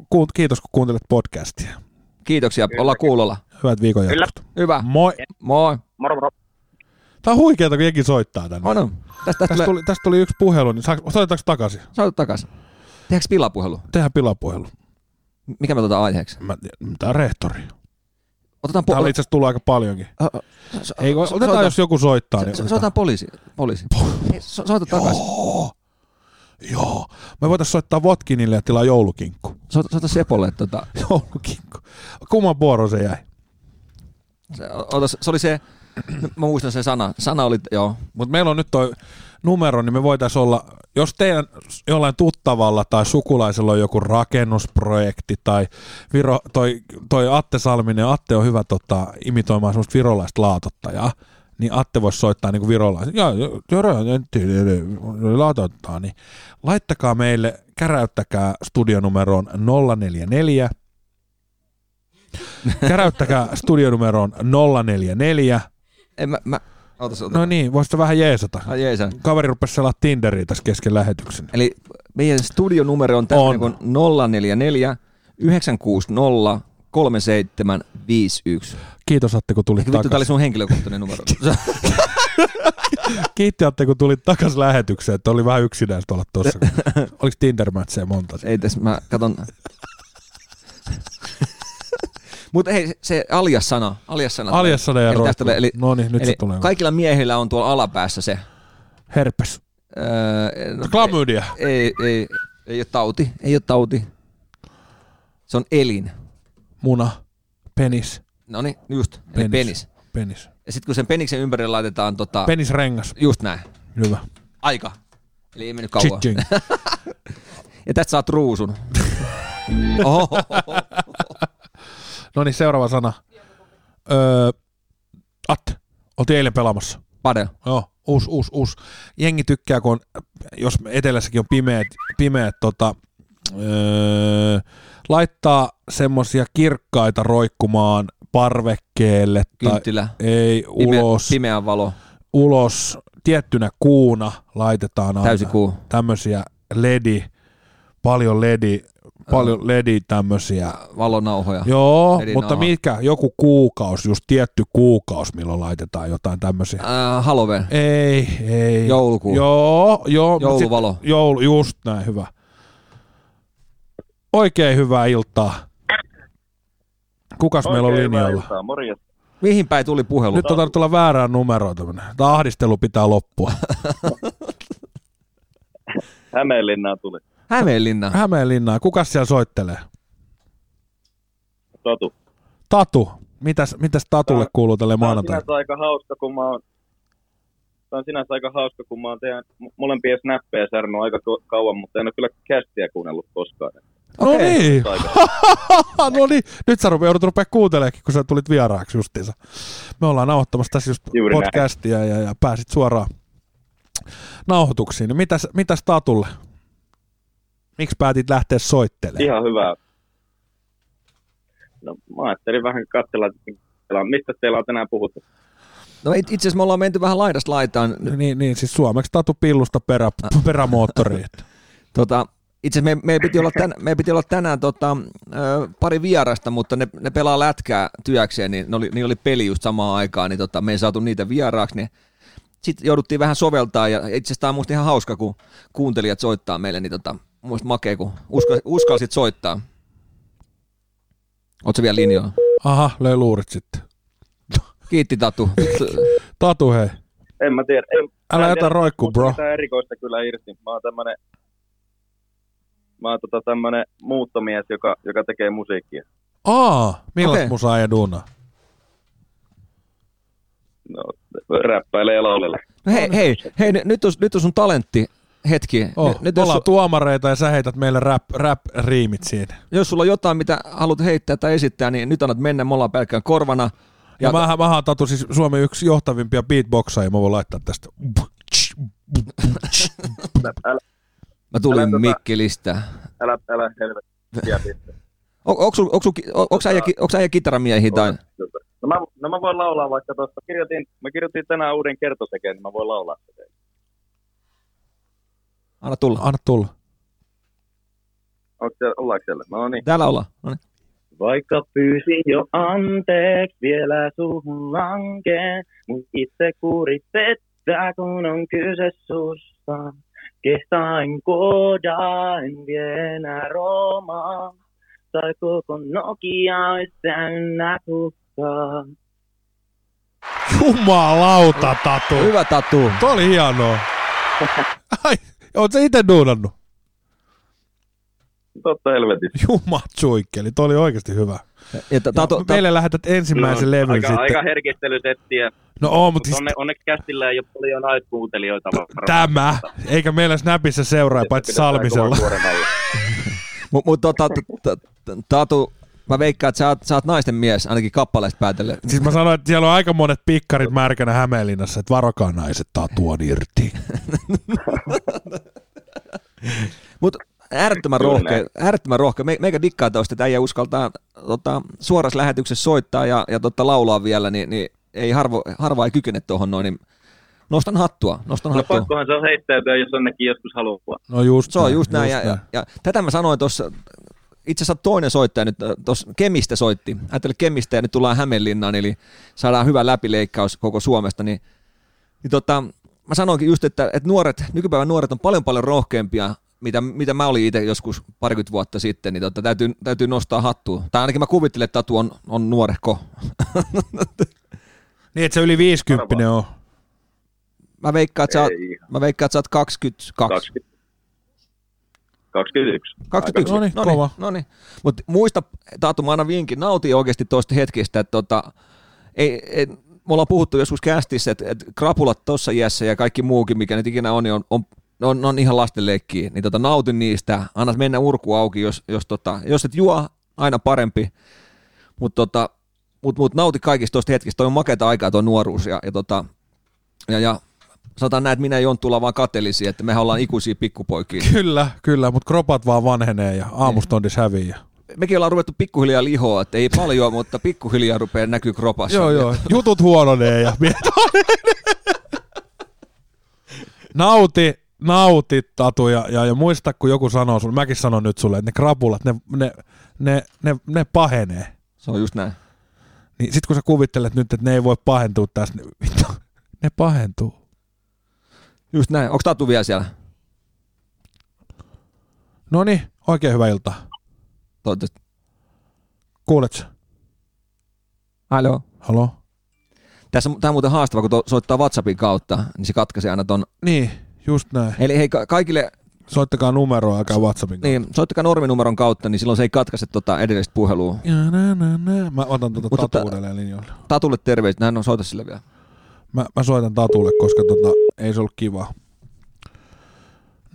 S2: ku, kiitos kun kuuntelet podcastia.
S1: (laughs) Kiitoksia,
S4: Kyllä,
S1: olla
S4: kyllä.
S1: kuulolla.
S2: Hyvät viikon
S4: Kyllä.
S2: jatkosta.
S1: Hyvä,
S2: Moi.
S1: moi.
S4: Moro, moro.
S2: Tää on huikeeta, kun jengi soittaa tänne.
S1: On, on. no. Tästä, tästä
S2: Tästä
S1: tulee,
S2: tuli, tästä tuli yksi puhelu, niin saaks- soitetaanko takaisin?
S1: soita takaisin. Tehdäänkö pilapuhelu?
S2: Tehdään pilapuhelu.
S1: Mikä me otetaan aiheeksi?
S2: Mä, tää on rehtori.
S1: Otetaan
S2: Tää oli
S1: po-
S2: itse asiassa tullut aika paljonkin.
S1: Ö, ö, so-
S2: Ei,
S1: so-
S2: otetaan,
S1: soita-
S2: jos joku soittaa.
S1: so-
S2: Niin
S1: Soitetaan poliisi. poliisi. Hei, so- Soita takaisin.
S2: Joo. Me voitais soittaa Votkinille ja tilaa joulukinkku. (laughs)
S1: Soita, soita Sepolle. että Tota,
S2: Joulukinkku. Kumman vuoro se jäi?
S1: se, ota, se oli se, mä muistan sen sana. Sana oli, joo.
S2: Mutta meillä on nyt toi numero, niin me voitais olla, jos teidän jollain tuttavalla tai sukulaisella on joku rakennusprojekti tai Viro, toi, toi Atte Salminen, Atte on hyvä tota, imitoimaan semmoista virolaista laatottajaa, niin Atte voisi soittaa niinku virolaisen. Ja, jörö, laatottaa, niin laittakaa meille, käräyttäkää studionumeroon 044 Käräyttäkää studionumeroon 044.
S1: En mä, mä, ota se, ota.
S2: No niin, voisitko vähän jeesata?
S1: Ai Jeesus.
S2: Kaveri rupesi selaa Tinderiä tässä kesken lähetyksen.
S1: Eli meidän studionumero on
S2: On.
S1: tämmöinen kuin 044 960 3751.
S2: Kiitos Atte, kun tulit
S1: Eikö vittu, tää oli
S2: takaisin.
S1: sun henkilökohtainen
S2: (laughs)
S1: numero.
S2: Kiitti Atte, kun tulit takaisin lähetykseen, että oli vähän yksinäistä olla
S1: (laughs)
S2: tuossa. Oliko Tinder-mätsejä monta?
S1: Ei tässä, mä katon. Mutta hei, se- se alias-sana. Alias-sana.
S2: Aljassa ne
S1: Eli
S2: ja
S1: no, tästä tulee- eli-
S2: No niin, nyt
S1: Eli
S2: se tulee.
S1: kaikilla miehillä on tuolla alapäässä se.
S2: Herpes.
S1: Öö, no,
S2: Klamydia.
S1: ei, ei, ei ole tauti. Ei ole tauti. Se on elin.
S2: Muna. Penis.
S1: No niin, just. Eli
S2: Penis.
S1: penis.
S2: Penis.
S1: Ja sitten kun sen peniksen ympärille laitetaan tota,
S2: Penisrengas.
S1: just näin.
S2: Hyvä.
S1: Aika. Eli ei mennyt kauan.
S2: Chitching.
S1: Ja tästä saat ruusun. Oho.
S2: (laughs) No niin, seuraava sana. Öö, Atte, oltiin eilen pelaamassa.
S1: Pade.
S2: Joo, uusi, uusi, uusi. Jengi tykkää, kun on, jos etelässäkin on pimeät, pimeät tota, öö, laittaa semmosia kirkkaita roikkumaan parvekkeelle tai
S1: Kynttilä.
S2: ei
S1: Pimeä,
S2: ulos,
S1: pimeä valo.
S2: ulos, tiettynä kuuna laitetaan aina
S1: Täysi kuu.
S2: tämmösiä ledi, paljon ledi,
S1: Äh.
S2: paljon ledi tämmösiä.
S1: Ah, Valonauhoja.
S2: Joo,
S1: Ledin
S2: mutta
S1: aha.
S2: mikä, joku kuukausi, just tietty kuukausi, milloin laitetaan jotain tämmösiä.
S1: Äh, Halloween.
S2: Ei, ei.
S1: Joulukuu.
S2: Joo, joo. mut
S1: Jouluvalo.
S2: sit- Joulu, just näin, hyvä. Oikein hyvää iltaa. Kukas meillä on linjalla?
S5: Morjens.
S1: Mihin päin tuli puhelu?
S2: Nyt on tarvinnut olla väärää numeroa tämmönen. Tää ahdistelu pitää loppua. (laughs)
S5: Hämeenlinnaan tuli.
S1: Hämeenlinna.
S2: Hämeenlinnaa, kukas siellä soittelee?
S5: Totu.
S2: Tatu. Mitäs, mitäs Tatulle kuuluu tälle
S5: Tämä on
S2: maanantaina?
S5: sinänsä aika hauska, kun mä oon... Tämä on sinänsä aika hauska, kun mä oon teidän mo- molempien snappeja särnyt aika ko- kauan, mutta en ole kyllä kästiä kuunnellut koskaan.
S2: No
S1: Okei.
S2: niin,
S5: Aika.
S2: (laughs) no niin. Nyt sä rupe- joudut rupea kuunteleekin, kun sä tulit vieraaksi justiinsa. Me ollaan nauhoittamassa tässä just
S5: Juuri näin.
S2: podcastia ja, ja, pääsit suoraan nauhoituksiin. No Mitäs, mitäs Tatulle? Miksi päätit lähteä soittelemaan?
S5: Ihan hyvää. No mä ajattelin vähän katsella, että teillä on- mistä teillä on tänään puhuttu.
S1: No it- itse asiassa me ollaan menty vähän laidasta laitaan.
S2: Niin, niin, siis suomeksi Tatu Pillusta perä, perämoottoriin.
S1: Tota, itse asiassa me, me, piti olla tän, me piti olla tänään tota, ö, pari vierasta, mutta ne, ne pelaa lätkää työkseen, niin ne oli, niillä oli peli just samaan aikaan, niin tota, me ei saatu niitä vieraaksi, niin sitten jouduttiin vähän soveltaa ja itse asiassa tämä on musta ihan hauska, kun kuuntelijat soittaa meille, niin tota, musta makea, kun uska, uskalsit soittaa. Ootko vielä linjoilla?
S2: Aha, löi luurit sitten.
S1: Kiitti Tatu.
S2: Tatu hei,
S5: En mä tiedä. En,
S2: älä
S5: mä en
S2: jätä
S5: tiedä,
S2: roikkuu
S5: musta
S2: bro.
S5: Mitään erikoista kyllä irti. Mä oon tämmönen, mä oon tota tämmönen muuttomies, joka, joka tekee musiikkia.
S2: Aa, millaista
S1: Okei.
S2: musaa ja duunaa?
S5: No, räppäilee ja laulelee.
S1: No hei, hei, hei, nyt on, nyt on sun talentti hetki.
S2: Oh,
S1: nyt
S2: nyt
S1: jos,
S2: ollaan tuomareita ja sä heität meille rap, rap-riimit siinä.
S1: jos sulla on jotain, mitä haluat heittää tai esittää, niin nyt annat mennä, me ollaan pelkkään korvana.
S2: Ja, ja mä, mä oon Tatu siis Suomen yksi johtavimpia beatboxaajia, mä voin laittaa tästä.
S1: Mä tulin
S5: Älä tota-
S1: Mikkelistä.
S5: Älä, älä helvetti.
S1: On, onko, sul- onko, sul ki- on, onks äijä, ki- onks äijä kitaramiehiä tai?
S5: Tota, No mä, no mä voin laulaa vaikka tuosta. Kirjoitin, mä kirjoitin tänään uuden kertosäkeen, niin mä voin laulaa sitä.
S1: Anna tulla.
S2: Anna tulla.
S5: Onko siellä, ollaanko siellä? No niin.
S1: Täällä ollaan. No niin.
S5: Vaikka pyysin jo anteeksi, vielä suhun lankee. Mut itse kuritettä, kun on kyse susta. Kehtain koodaa, en vie enää Roomaa. Tai koko Nokia olisi täynnä kukkaa.
S2: Jumalauta, Tatu.
S1: Hyvä tatu.
S2: Tuo oli hienoa. Ai, oot sä ite duunannut?
S5: Totta helvetin.
S2: Jumatsuikkeli, toi oli oikeasti hyvä.
S1: Ja ta-
S2: Ja
S1: tatu, ta-
S2: meille lähetät ensimmäisen levyn
S5: No, aika,
S2: sitten.
S5: aika herkistelysettiä.
S2: No oo, mutta
S5: Mutta
S2: siis
S5: onne, onneksi kästillä ei ole paljon naiskuuntelijoita varmaan.
S2: tämä. Eikä meillä Snapissa seuraa, paitsi Salmisella.
S1: Mutta mut, tota, ta- ta- Tatu, mä veikkaan, että sä oot, sä oot naisten mies, ainakin kappaleesta päätellen.
S2: (laughs) Siis mä sanoin, että siellä on aika monet pikkarit märkänä Hämeenlinnassa, että varokaa naiset, tatu on irti.
S1: Mutta äärettömän
S5: Kyllä.
S1: rohkea, äärettömän rohkea. Me, meikä dikkaa tosta, että äijä uskaltaa tota, suorassa lähetyksessä soittaa ja, ja tota, laulaa vielä, niin, niin ei harvo, harva ei kykene tuohon noin, niin nostan hattua, nostan
S5: No
S1: hattua.
S5: pakkohan se on heittäytyä, jos jonnekin joskus haluaa.
S2: No just
S1: Se on just näin. Ja, ja, ja, tätä mä sanoin tuossa, itse asiassa toinen soittaja nyt äh, tuossa Kemistä soitti. Ajattelin Kemistä ja nyt tullaan Hämeenlinnaan, eli saadaan hyvä läpileikkaus koko Suomesta. Niin, niin tota, mä sanoinkin just, että, että nuoret, nykypäivän nuoret on paljon paljon rohkeampia, mitä, mitä mä olin itse joskus parikymmentä vuotta sitten, niin tota, täytyy, täytyy nostaa hattua. Tai ainakin mä kuvittelen, että Tatu on, on nuorehko.
S2: Niin, että se yli 50 on.
S1: Mä veikkaan, että sä oot,
S5: Ei.
S1: mä veikkaan, että sä oot 22.
S5: 20. 21.
S1: 21.
S2: Noniin, kova.
S1: Noniin. Mutta muista, Taatu, mä annan vinkin, nauti oikeasti tuosta hetkestä, että tota, ei, ei, me ollaan puhuttu joskus kästissä, että, että krapulat tuossa iässä ja kaikki muukin, mikä nyt ikinä on, niin on, on ne on, ne on ihan lastenleikkiä, niin tota, nautin niistä, anna mennä urku auki, jos, jos, tota, jos et juo, aina parempi, mutta tota, mut, mut, nauti kaikista tuosta hetkistä, toi on makeata aikaa tuo nuoruus ja, ja, tota, ja, ja sanotaan näin, että minä ja Jonttula vaan katelisi, että mehän ollaan ikuisia pikkupoikia.
S2: Kyllä, kyllä, mutta kropat vaan vanhenee ja aamustondis häviää.
S1: mekin ollaan ruvettu pikkuhiljaa lihoa, että ei paljon, mutta pikkuhiljaa rupeaa näkyy kropassa.
S2: Joo, joo, (laughs) jutut huononee ja mieto (laughs) Nauti, nauti Tatu ja, ja, ja muista, kun joku sanoo sulle, mäkin sanon nyt sulle, että ne krapulat, ne, ne, ne, ne, ne pahenee.
S1: Se on just näin.
S2: Niin sit kun sä kuvittelet nyt, että ne ei voi pahentua tässä, niin vittu, ne pahentuu.
S1: Just näin. Onko Tatu vielä siellä?
S2: No niin, oikein hyvää iltaa.
S1: Toivottavasti.
S2: Kuuletko? sä?
S1: Halo.
S2: Halo?
S1: Tässä, on- tämä on muuten haastava, kun tuo soittaa WhatsAppin kautta, niin se katkaisee aina ton.
S2: Niin, just näin.
S1: Eli hei, ka- kaikille,
S2: Soittakaa numeroa, älkää WhatsAppin kautta.
S1: niin, soittakaa norminumeron kautta, niin silloin se ei katkaise tota edellistä puhelua.
S2: Ja nä, nä, nä. Mä otan tuota
S1: Mutta
S2: Tatu
S1: tää-
S2: uudelleen linjoille.
S1: Tatulle terveiset, näin on, soita sille vielä.
S2: Mä, mä soitan Tatulle, koska tota, ei se ollut kiva.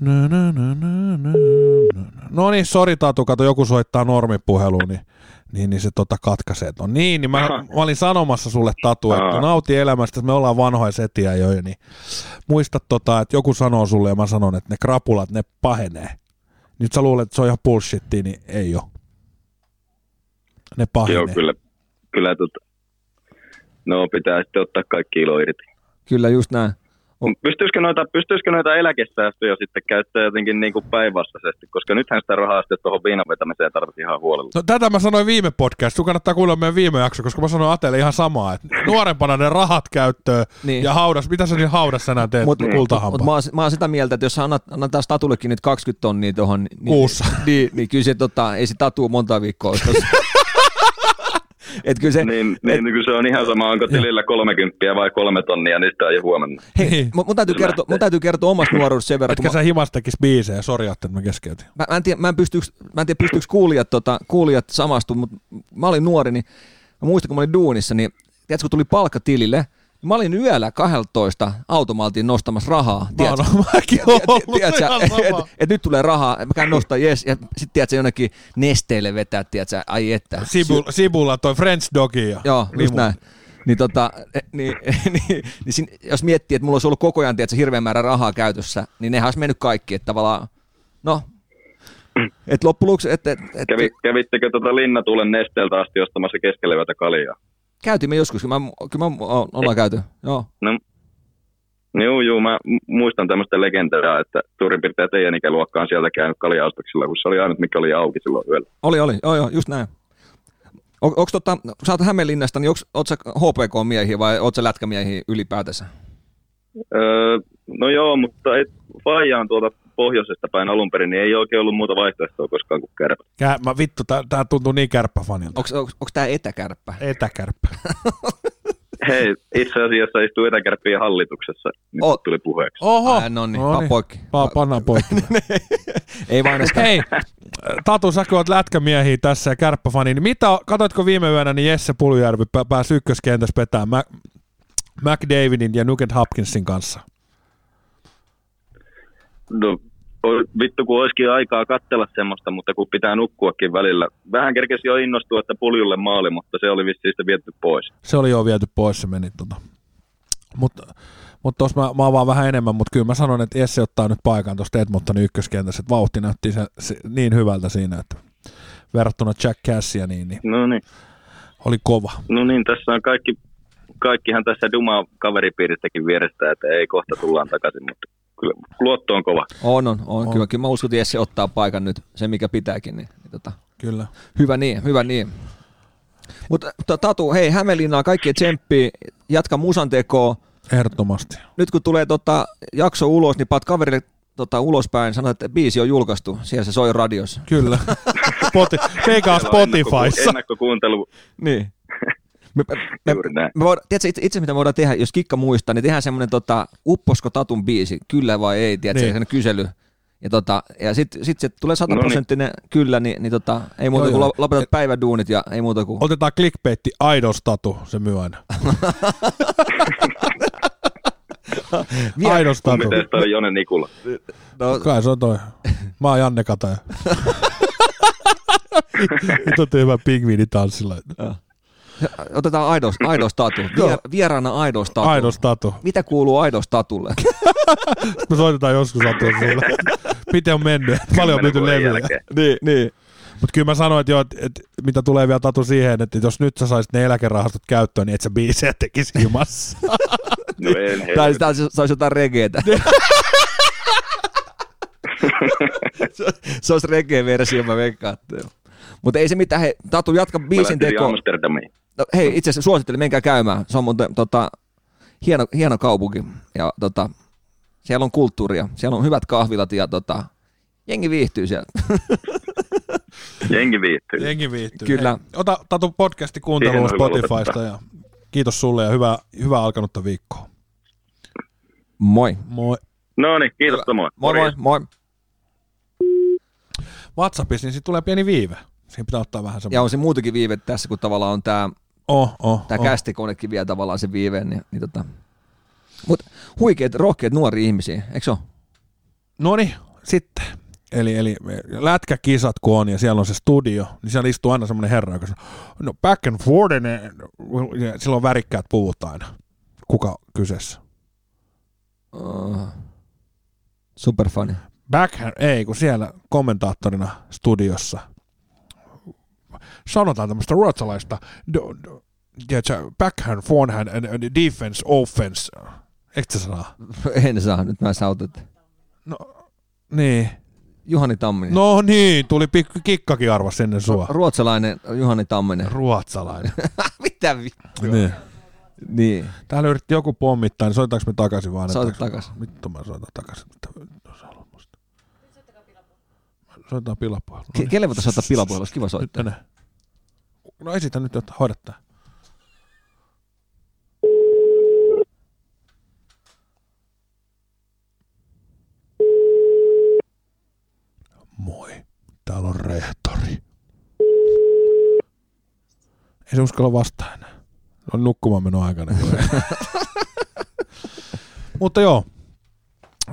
S2: Nä, nä, nä, nä, nä, nä. No niin, sori Tatu, kato joku soittaa normipuheluun, niin, niin, niin se tota katkaisee. No niin, niin mä, mä olin sanomassa sulle Tatu, että
S5: Aha.
S2: nauti elämästä, me ollaan vanhoja setiä jo, niin muista tota, että joku sanoo sulle ja mä sanon, että ne krapulat, ne pahenee. Nyt sä luulet, että se on ihan bullshittia, niin ei oo. Ne pahenee.
S5: Joo, kyllä. Kyllä tota. No, pitää sitten ottaa kaikki ilo irti.
S1: Kyllä, just näin.
S5: Mut Pystyisikö noita, pystyisikö noita eläkesäästöjä sitten käyttää jotenkin niin kuin päinvastaisesti, koska nythän sitä rahaa sitten tuohon viinan vetämiseen tarvitsee ihan huolella.
S2: No tätä mä sanoin viime podcast, sun kannattaa kuulla meidän viime jakso, koska mä sanoin Atelle ihan samaa, että nuorempana ne rahat käyttöön
S1: Niin.
S2: niin. ja haudas, mitä sä siinä haudassa enää teet,
S1: Mut-
S2: Mut,
S1: Mutta
S2: kultahampa.
S1: mä, oon- mä, oon sitä mieltä, että jos sä annat, annat taas Tatullekin nyt 20 tonnia tuohon, niin,
S2: Kuussa.
S1: (laughs) niin, niin, kyllä se tota, ei se Tatu monta viikkoa olisi
S2: (laughs)
S1: tossa. Et kyllä se,
S5: Niin, niin, niin, se on ihan sama, onko tilillä 30 vai kolme tonnia, niin sitä ei huomenna.
S1: Hei,
S2: Niin.
S1: mun, mun, täytyy
S5: Kyllä.
S1: kertoa, mun täytyy kertoa omasta nuoruudesta sen verran, kun
S2: Etkä
S1: mä,
S2: sä himastakis biisejä, sori Atte, että mä keskeytin.
S1: mä, mä, en tiedä, mä, en pysty, mä en tiedä pystyykö kuulijat, tota, kuulijat samastumaan, mutta mä olin nuori, niin mä muistan, kun mä olin duunissa, niin tiedätkö, kun tuli palkka tilille, Mä olin yöllä 12 automaaltiin nostamassa rahaa.
S2: Mä
S1: tiedätkö?
S2: oon mäkin ollut
S1: Tiedätkö,
S2: ihan
S1: et,
S2: sama.
S1: et, et, nyt tulee rahaa, mä käyn nostaa, jes, ja sitten tiedätkö, jonnekin nesteelle vetää, tiedätkö, ai että.
S2: Sibu- Sibulla toi French Dogi ja
S1: Joo, just
S2: limu.
S1: näin. Niin tota, eh, niin, (laughs) niin, niin sin, jos miettii, että mulla olisi ollut koko ajan tiedätkö, hirveän määrä rahaa käytössä, niin nehän olisi mennyt kaikki, että tavallaan, no, että loppujen lopuksi, että et, et,
S5: Kävi, kävittekö tuota Linnatuulen nesteeltä asti ostamassa keskelevätä kaljaa?
S1: käytiin me joskus, kyllä mä, kyllä mä o- ollaan käyty, joo.
S5: No, juu, juu, mä mu- muistan tämmöistä legendaa, että suurin piirtein teidän ikäluokka on sieltä käynyt kaljaostoksilla, kun se oli ainut, mikä oli auki silloin yöllä.
S1: Oli, oli, joo, joo, just näin. On, onks tota, sä oot Hämeenlinnasta, niin onks, oot sä HPK-miehiä vai oot sä lätkämiehiä ylipäätänsä?
S5: Öö, no joo, mutta ei, Faija on tuolta pohjoisesta päin alun perin, niin ei oikein ollut muuta vaihtoehtoa koskaan kuin kärpä.
S2: Kää, mä, vittu, tää, tää tuntuu niin kärppäfanilta.
S1: Onks, onks, onks tää etäkärppä?
S2: Etäkärppä.
S5: Hei, itse asiassa istuu etäkärppien hallituksessa, niin
S1: O-
S5: o- tuli puheeksi.
S2: Oho!
S1: Ai, no niin, pa- poikki.
S2: Pa, pannaan poikki.
S1: (laughs) Ei vain edes
S2: (laughs) Hei, Tatu, sä kun oot lätkämiehiä tässä ja kärppäfani, niin mitä, katsoitko viime yönä, niin Jesse Puljärvi pä- pääsi ykköskentässä petään Mac, McDavidin ja Nugent Hopkinsin kanssa?
S5: No, o- vittu kun olisikin aikaa katsella semmoista, mutta kun pitää nukkuakin välillä. Vähän kerkesi jo innostua, että puljulle maali, mutta se oli vissiin sitten viety pois.
S2: Se oli jo viety pois, se meni tota. Mutta mut tuossa mä, mä avaan vähän enemmän, mutta kyllä mä sanon, että Jesse ottaa nyt paikan tuosta Edmontonin ykköskentässä. että vauhti näytti se, se, niin hyvältä siinä, että verrattuna Jack Cassia, niin, niin
S5: No niin,
S2: oli kova.
S5: no niin, tässä on kaikki, kaikkihan tässä Dumaa kaveripiiristäkin vierestä, että ei kohta tullaan takaisin, mutta kyllä luotto on kova.
S1: On, on, on.
S2: On.
S1: Kyllä, kyllä mä uskon, että Jesse ottaa paikan nyt, se mikä pitääkin. Niin, niin tota,
S2: Kyllä.
S1: hyvä niin, hyvä niin. Mutta ta- Tatu, hei Hämeenlinnaa, kaikki tsemppi, jatka musan tekoa.
S2: Ehdottomasti.
S1: Nyt kun tulee tota, jakso ulos, niin paat kaverille tota, ulospäin, sanot, että biisi on julkaistu, siellä se soi radiossa.
S2: Kyllä. (laughs) Spoti, meikä Spotifyssa.
S5: Ennakkokuuntelu, (laughs)
S1: Niin. Me, me,
S5: Juuri näin.
S1: me voidaan, tiedätkö, itse, itse, mitä me voidaan tehdä, jos Kikka muistaa, niin tehdään semmoinen tota, upposko Tatun biisi, kyllä vai ei, tiedätkö,
S2: Niin.
S1: niin. sen kysely. Ja, tota, ja sitten sit se tulee
S5: No niin.
S1: sataprosenttinen kyllä, niin, niin tota, ei muuta
S2: Joo,
S1: kuin
S2: joo. E-
S1: lo- lopetat päiväduunit ja ei muuta kuin...
S2: Otetaan clickbaitti aidostatu, se myy aina. aidostatu.
S5: miten toi Jone Nikula.
S1: (laughs) No,
S2: Kai se on toi. Mä oon Janne Kataja. Nyt on hyvä pingviini tanssilla.
S1: otetaan aidos, aidostatu. Vier, vieraana aidostatu.
S2: Aidostatu.
S1: Mitä kuuluu aidostatulle?
S2: Me soitetaan joskus Atua sulle. Miten on mennyt? Paljon on
S5: Kymmenen
S2: myyty
S5: vuoden
S2: levyjä.
S5: jälkeen.
S1: niin, niin.
S2: Mutta kyllä mä sanoin, että, joo, että, että mitä tulee vielä Tatu siihen, että jos nyt sä saisit ne eläkerahastot käyttöön, niin et sä biisejä tekisi himassa.
S5: No en, hei.
S1: Tai tai se- se olisi jotain
S5: (laughs)
S1: regeetä. se, se olisi reggae-versio, mä veikkaan. Mutta ei se mitään, hei, Tatu, jatka
S5: Mä
S1: biisin
S5: lähtisin
S1: tekoa.
S5: Amsterdamiin.
S1: No, hei, itse asiassa suosittelen, menkää käymään. Se on muuten tota, hieno, hieno kaupunki ja tota, siellä on kulttuuria, siellä on hyvät kahvilat ja tota, jengi viihtyy siellä. (laughs)
S5: Jengi viittyy.
S2: Jengi viihtyy.
S1: Kyllä.
S2: Hei, ota Tatu podcasti
S5: Siihen
S2: kuunteluun
S5: on hyvä
S2: Spotifysta ja kiitos sulle ja hyvää, hyvää alkanutta viikkoa.
S1: Moi.
S2: Moi.
S5: No niin, kiitos samoin.
S1: Moi moi,
S5: Morjens.
S1: moi.
S2: WhatsAppissa, niin siitä tulee pieni viive. Siinä pitää ottaa vähän
S1: Ja
S2: semmoinen.
S1: on se muutakin viive tässä, kun tavallaan on tämä
S2: Oh, oh,
S1: tämä
S2: oh.
S1: oh. kästikonekin vie tavallaan sen viiveen. Niin, niin tota. Mutta huikeet, rohkeat nuori ihmisiä, eikö se ole?
S2: No niin, sitten. Eli, eli lätkäkisat kun on ja siellä on se studio, niin siellä istuu aina semmoinen herra, joka sanoo, no back and forth, and, and- ja sillä on värikkäät puvut aina. Kuka kyseessä? Öö.
S1: Uh, superfani. (laughs)
S2: Back and, ei, kun siellä kommentaattorina studiossa sanotaan tämmöistä ruotsalaista, do, do, tiedätkö, backhand, forehand, and, and defense, offense. Eikö se sanaa?
S1: Mm. en saa, nyt mä sautat.
S2: Niin.
S1: Juhani Tamminen.
S2: No niin, tuli pikku kikkakin arvas ennen sua.
S1: Ruotsalainen Juhani
S2: No.
S1: Tamminen.
S2: Ruotsalainen.
S1: (laughs) Mitä vi...
S2: (laughs) niin.
S1: Niin.
S2: Täällä yritti joku pommittaa, niin soitetaanko me takaisin vaan?
S1: Soita
S2: Että-
S1: takaisin.
S2: Vittu mä soitan takaisin. Mitä vittu sä haluat musta? Soitetaan pilapuhelu. No
S1: Ke-
S2: niin.
S1: kelle voitaisiin ottaa pilapuolella, olisi kiva
S2: Nyt
S1: soittaa.
S2: mene. No esitä nyt, että hoidat tää. Moi, täällä on rehtori. Ei se uskalla vastaa enää. On nukkumaan menon aikana. Mutta joo,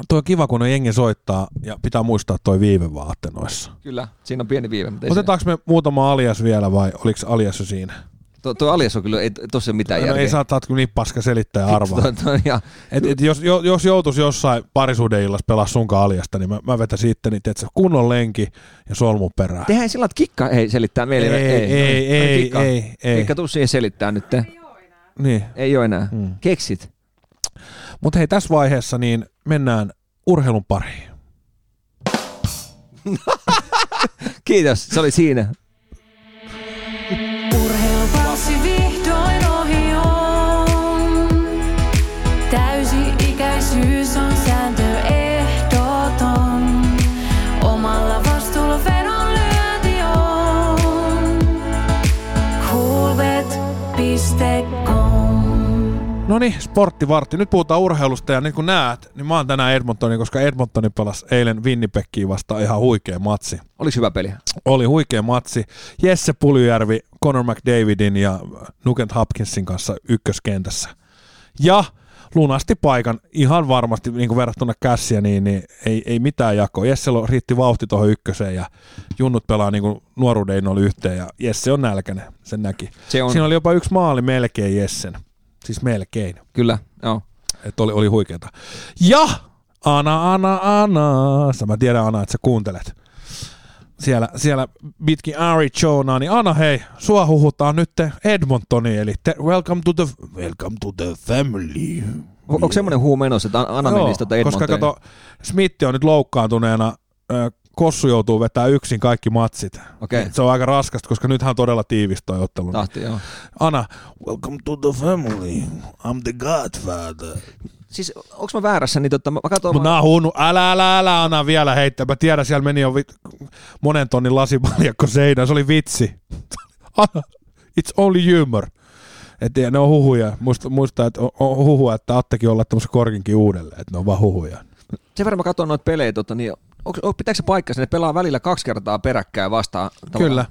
S2: tuo on kiva, kun on jengi soittaa ja pitää muistaa toi viivevaatte noissa.
S1: Kyllä, siinä on pieni viive. Mutta ei siinä-
S2: Otetaanko me muutama alias vielä vai oliko alias jo siinä?
S1: Tuo, tuo alias on kyllä, ei tossa ole mitään
S2: No
S1: järkeä.
S2: ei saa, tää oot niin paska selittää arvaa.
S1: Tuo- tuo on ihan-
S2: Et, et jos, jo- jos joutuis jossain parisuhdeillassa pelaa sunkaan aliasta, niin mä, mä vetäisin itteni, tiedätkö, kunnon lenki ja solmun perään.
S1: Tehdään sillä, että kikka ei selittää meille.
S2: Ei, ei,
S1: ei, no,
S2: ei, ei,
S1: kikka.
S2: ei, ei.
S1: Kikka, tuu siihen selittää nyt.
S2: Niin.
S1: Ei ole enää.
S2: Mm.
S1: Keksit.
S2: Mutta hei, tässä vaiheessa niin mennään urheilun pariin.
S1: Kiitos, se oli siinä.
S6: Urheilukausi vihdoin ohi on. Täysi-ikäisyys on sääntö ehdoton. Omalla vastuulla vedonlyönti on. Coolbet.com
S2: No niin, sporttivartti. Nyt puhutaan urheilusta ja niin kun näet, niin mä oon tänään Edmontonin, koska Edmontoni pelasi eilen Winnipegiä vastaan ihan huikea matsi.
S1: Oliko hyvä peli?
S2: Oli huikea matsi. Jesse Pulyjärvi, Conor McDavidin ja Nugent Hopkinsin kanssa ykköskentässä. Ja lunasti paikan ihan varmasti niin kuin verrattuna kässiä, niin, niin ei, ei mitään jakoa. Jesse riitti vauhti tuohon ykköseen ja junnut pelaa niin kuin nuoruuden oli yhteen ja Jesse on nälkäinen, sen näki.
S1: Se on,
S2: Siinä oli jopa yksi maali melkein Jessen. Siis melkein.
S1: kyllä. Joo.
S2: Että oli, oli huikeeta. Ja Ana, Ana, Ana. Sä mä tiedän Ana, että sä kuuntelet. Siellä, siellä pitkin Arizonaa, niin Ana hei, sua huhutaan nyt Edmontoniin, eli te, welcome to the, welcome to the family.
S1: O- Onko semmoinen huu menossa, että Anna
S2: Niin. Joo,
S1: meni tätä
S2: Koska
S1: Edmontonia?
S2: kato, Smith on nyt loukkaantuneena, ö, Kossu joutuu vetämään yksin kaikki matsit.
S1: Okei.
S2: Se on aika raskasta, koska nythän on todella tiivis toi ottelu.
S1: Tahti, joo.
S2: Ana, welcome to the family. I'm the godfather.
S1: Siis onko mä väärässä, niin tota, mä mä katson...
S2: Mutta nää on huunu. Älä, älä, älä, anna vielä heittää. Mä tiedän, siellä meni jo vit... monen tonnin lasipaljakko seinään. Se oli vitsi. (laughs) Anna, it's only humor. Et, ja ne on huhuja. Muista, muista että on, on huhuja, että Attekin olla tämmöisen korkinkin uudelleen. Että ne on vaan huhuja.
S1: sen verran mä katson noita pelejä, tota, niin onks, on- pitääkö se paikkansa, ne pelaa välillä kaksi kertaa peräkkäin vastaan.
S2: Kyllä.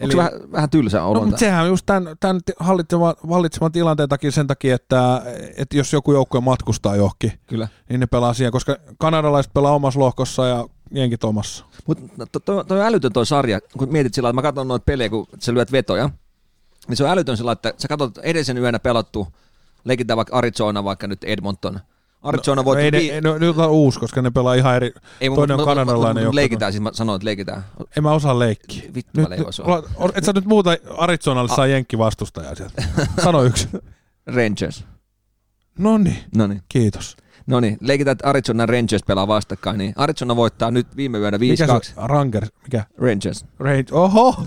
S1: Onko se vähän, vähän tylsää
S2: No,
S1: olonta?
S2: mutta sehän on just tämän, tämän hallitsevan, hallitsevan tilanteen takia sen takia, että, että jos joku joukkue matkustaa johonkin,
S1: Kyllä.
S2: niin ne pelaa siihen, koska kanadalaiset pelaa omassa lohkossa ja jenkit omassa.
S1: Mutta no, to, to, toi on älytön toi sarja, kun mietit sillä lailla, että mä katson noita pelejä, kun sä lyöt vetoja, niin se on älytön sillä lailla, että sä katsot edellisen yönä pelattu, leikitään vaikka Arizona, vaikka nyt Edmonton. Arizona no, voitti...
S2: ei,
S1: vii-
S2: ne, no, nyt on uusi, koska ne pelaa ihan eri. Ei,
S1: mut-
S2: toinen on
S1: mut- mut-
S2: kanadalainen.
S1: mut- mut
S2: joukkue.
S1: Leikitään, siis mä sanoin, että leikitään.
S2: En mä osaa leikkiä.
S1: Vittu, mä
S2: Nyt,
S1: leivon sua.
S2: mulla- on- et sä nyt muuta Arizonalle saa jenkki vastustajaa sieltä. Sano
S1: (laughs)
S2: yksi.
S1: Rangers.
S2: No niin,
S1: No niin.
S2: kiitos.
S1: No niin, leikitään, että Arizona ja Rangers pelaa vastakkain, niin Arizona voittaa nyt viime yönä 5-2.
S2: Mikä se on? Rangers? Mikä?
S1: Rangers.
S2: Range. Oho!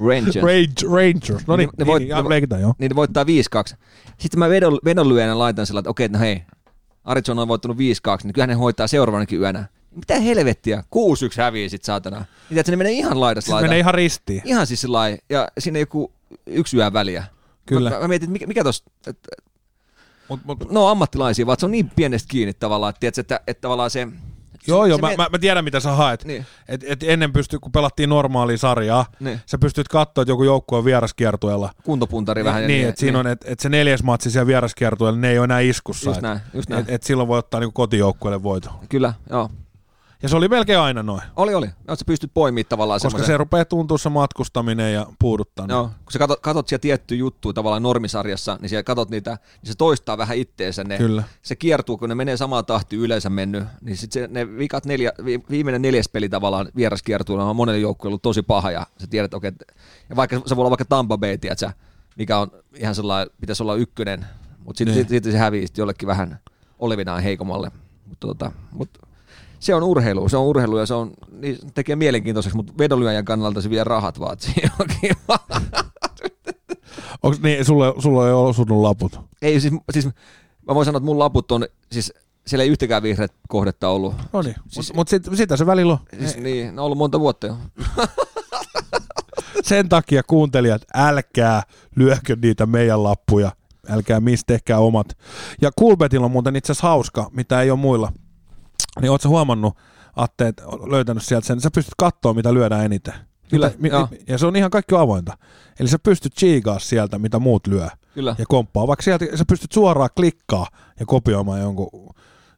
S1: Rangers.
S2: Range, Rangers. No niin,
S1: Ne
S2: ne,
S1: voit-
S2: niin, niin,
S1: ne-
S2: ja leikitään joo.
S1: niin ne voittaa 5-2. Sitten mä vedon, vedonlyönä laitan sillä, että okei, no hei, Arizona on voittanut 5-2, niin kyllähän ne hoitaa seuraavankin yönä. Niin Mitä helvettiä? 6-1 hävii sit saatana. Niin tiedätkö, ne menee ihan laidasta
S2: Sitten
S1: laitaan.
S2: menee ihan ristiin.
S1: ihan siis sillä lailla, ja siinä ei joku yksi yön väliä.
S2: Kyllä.
S1: Mä, mä mietin, että mikä, mikä tossa, että
S2: Mut, mut,
S1: no ammattilaisia, vaan se on niin pienestä kiinni tavallaan, että, tiedätkö, että, että tavallaan se...
S2: Joo,
S1: se-
S2: joo,
S1: se
S2: mä,
S1: me-
S2: mä, mä tiedän mitä sä haet.
S1: Niin.
S2: Niin. Et, et ennen pysty, kun pelattiin normaalia sarjaa,
S1: Niin.
S2: niin. sä pystyt katsoa, että joku joukkue on vieraskiertueella.
S1: Kuntopuntari
S2: Niin,
S1: vähän.
S2: niin,
S1: ja
S2: niin, että siinä on, että et se neljäs matsi siellä vieraskiertueella, ne ei ole enää iskussa.
S1: Just
S2: Et-
S1: näin, just näin.
S2: Et, et silloin voi ottaa niinku kotijoukkueelle voito.
S1: Kyllä, joo.
S2: Ja se oli melkein aina noin.
S1: Oli, oli. Joo, sä pystyt poimimaan tavallaan
S2: Koska se rupeaa tuntua se matkustaminen ja puuduttaminen.
S1: Joo, kun sä katot, katot siellä tiettyä juttua tavallaan normisarjassa, niin siellä katot niitä, niin se toistaa vähän itteensä ne.
S2: Kyllä.
S1: Se kiertuu, kun ne menee samaa tahtia yleensä mennyt, niin sitten ne vikat neljä, vi- viimeinen neljäs peli tavallaan vieras kiertuu, on monelle joukkueelle ollut tosi paha, ja sä tiedät, okei, okay, ja vaikka se voi olla vaikka Tampa Bay, tiedätkö, mikä on ihan sellainen, pitäisi olla ykkönen, mutta sitten
S2: Niin.
S1: sit, sit se hävii sit jollekin vähän olevinaan heikommalle. Mutta tota, mut se on urheilu, se on urheilu ja se on, niin, se tekee mielenkiintoiseksi, mutta vedonlyöjän kannalta se vie rahat vaan, että siinä on kiva.
S2: Onks, niin, sulle, sulle ei ole osunut laput.
S1: Ei siis, siis mä voin sanoa, että mun laput on, siis siellä ei yhtäkään vihreät kohdetta ollut.
S2: No niin,
S1: Siis-
S2: siis, mutta mut sit, sitä se välillä on.
S1: Siis, niin, ne on ollut monta vuotta jo.
S2: Sen takia kuuntelijat, älkää lyökö niitä meidän lappuja. Älkää mistä tehkää omat. Ja Kulbetilla on muuten itse asiassa hauska, mitä ei ole muilla. Niin ootko huomannut, Atte, että oot löytänyt sieltä sen, sä pystyt katsoa, mitä lyödään eniten.
S1: Kyllä,
S2: mitä, mi-
S1: joo.
S2: mi- ja se on ihan kaikki avointa. Eli sä pystyt chiigaa sieltä, mitä muut lyö.
S1: Kyllä.
S2: ja komppaa. Vaikka sieltä sä pystyt suoraan klikkaa ja kopioimaan jonkun,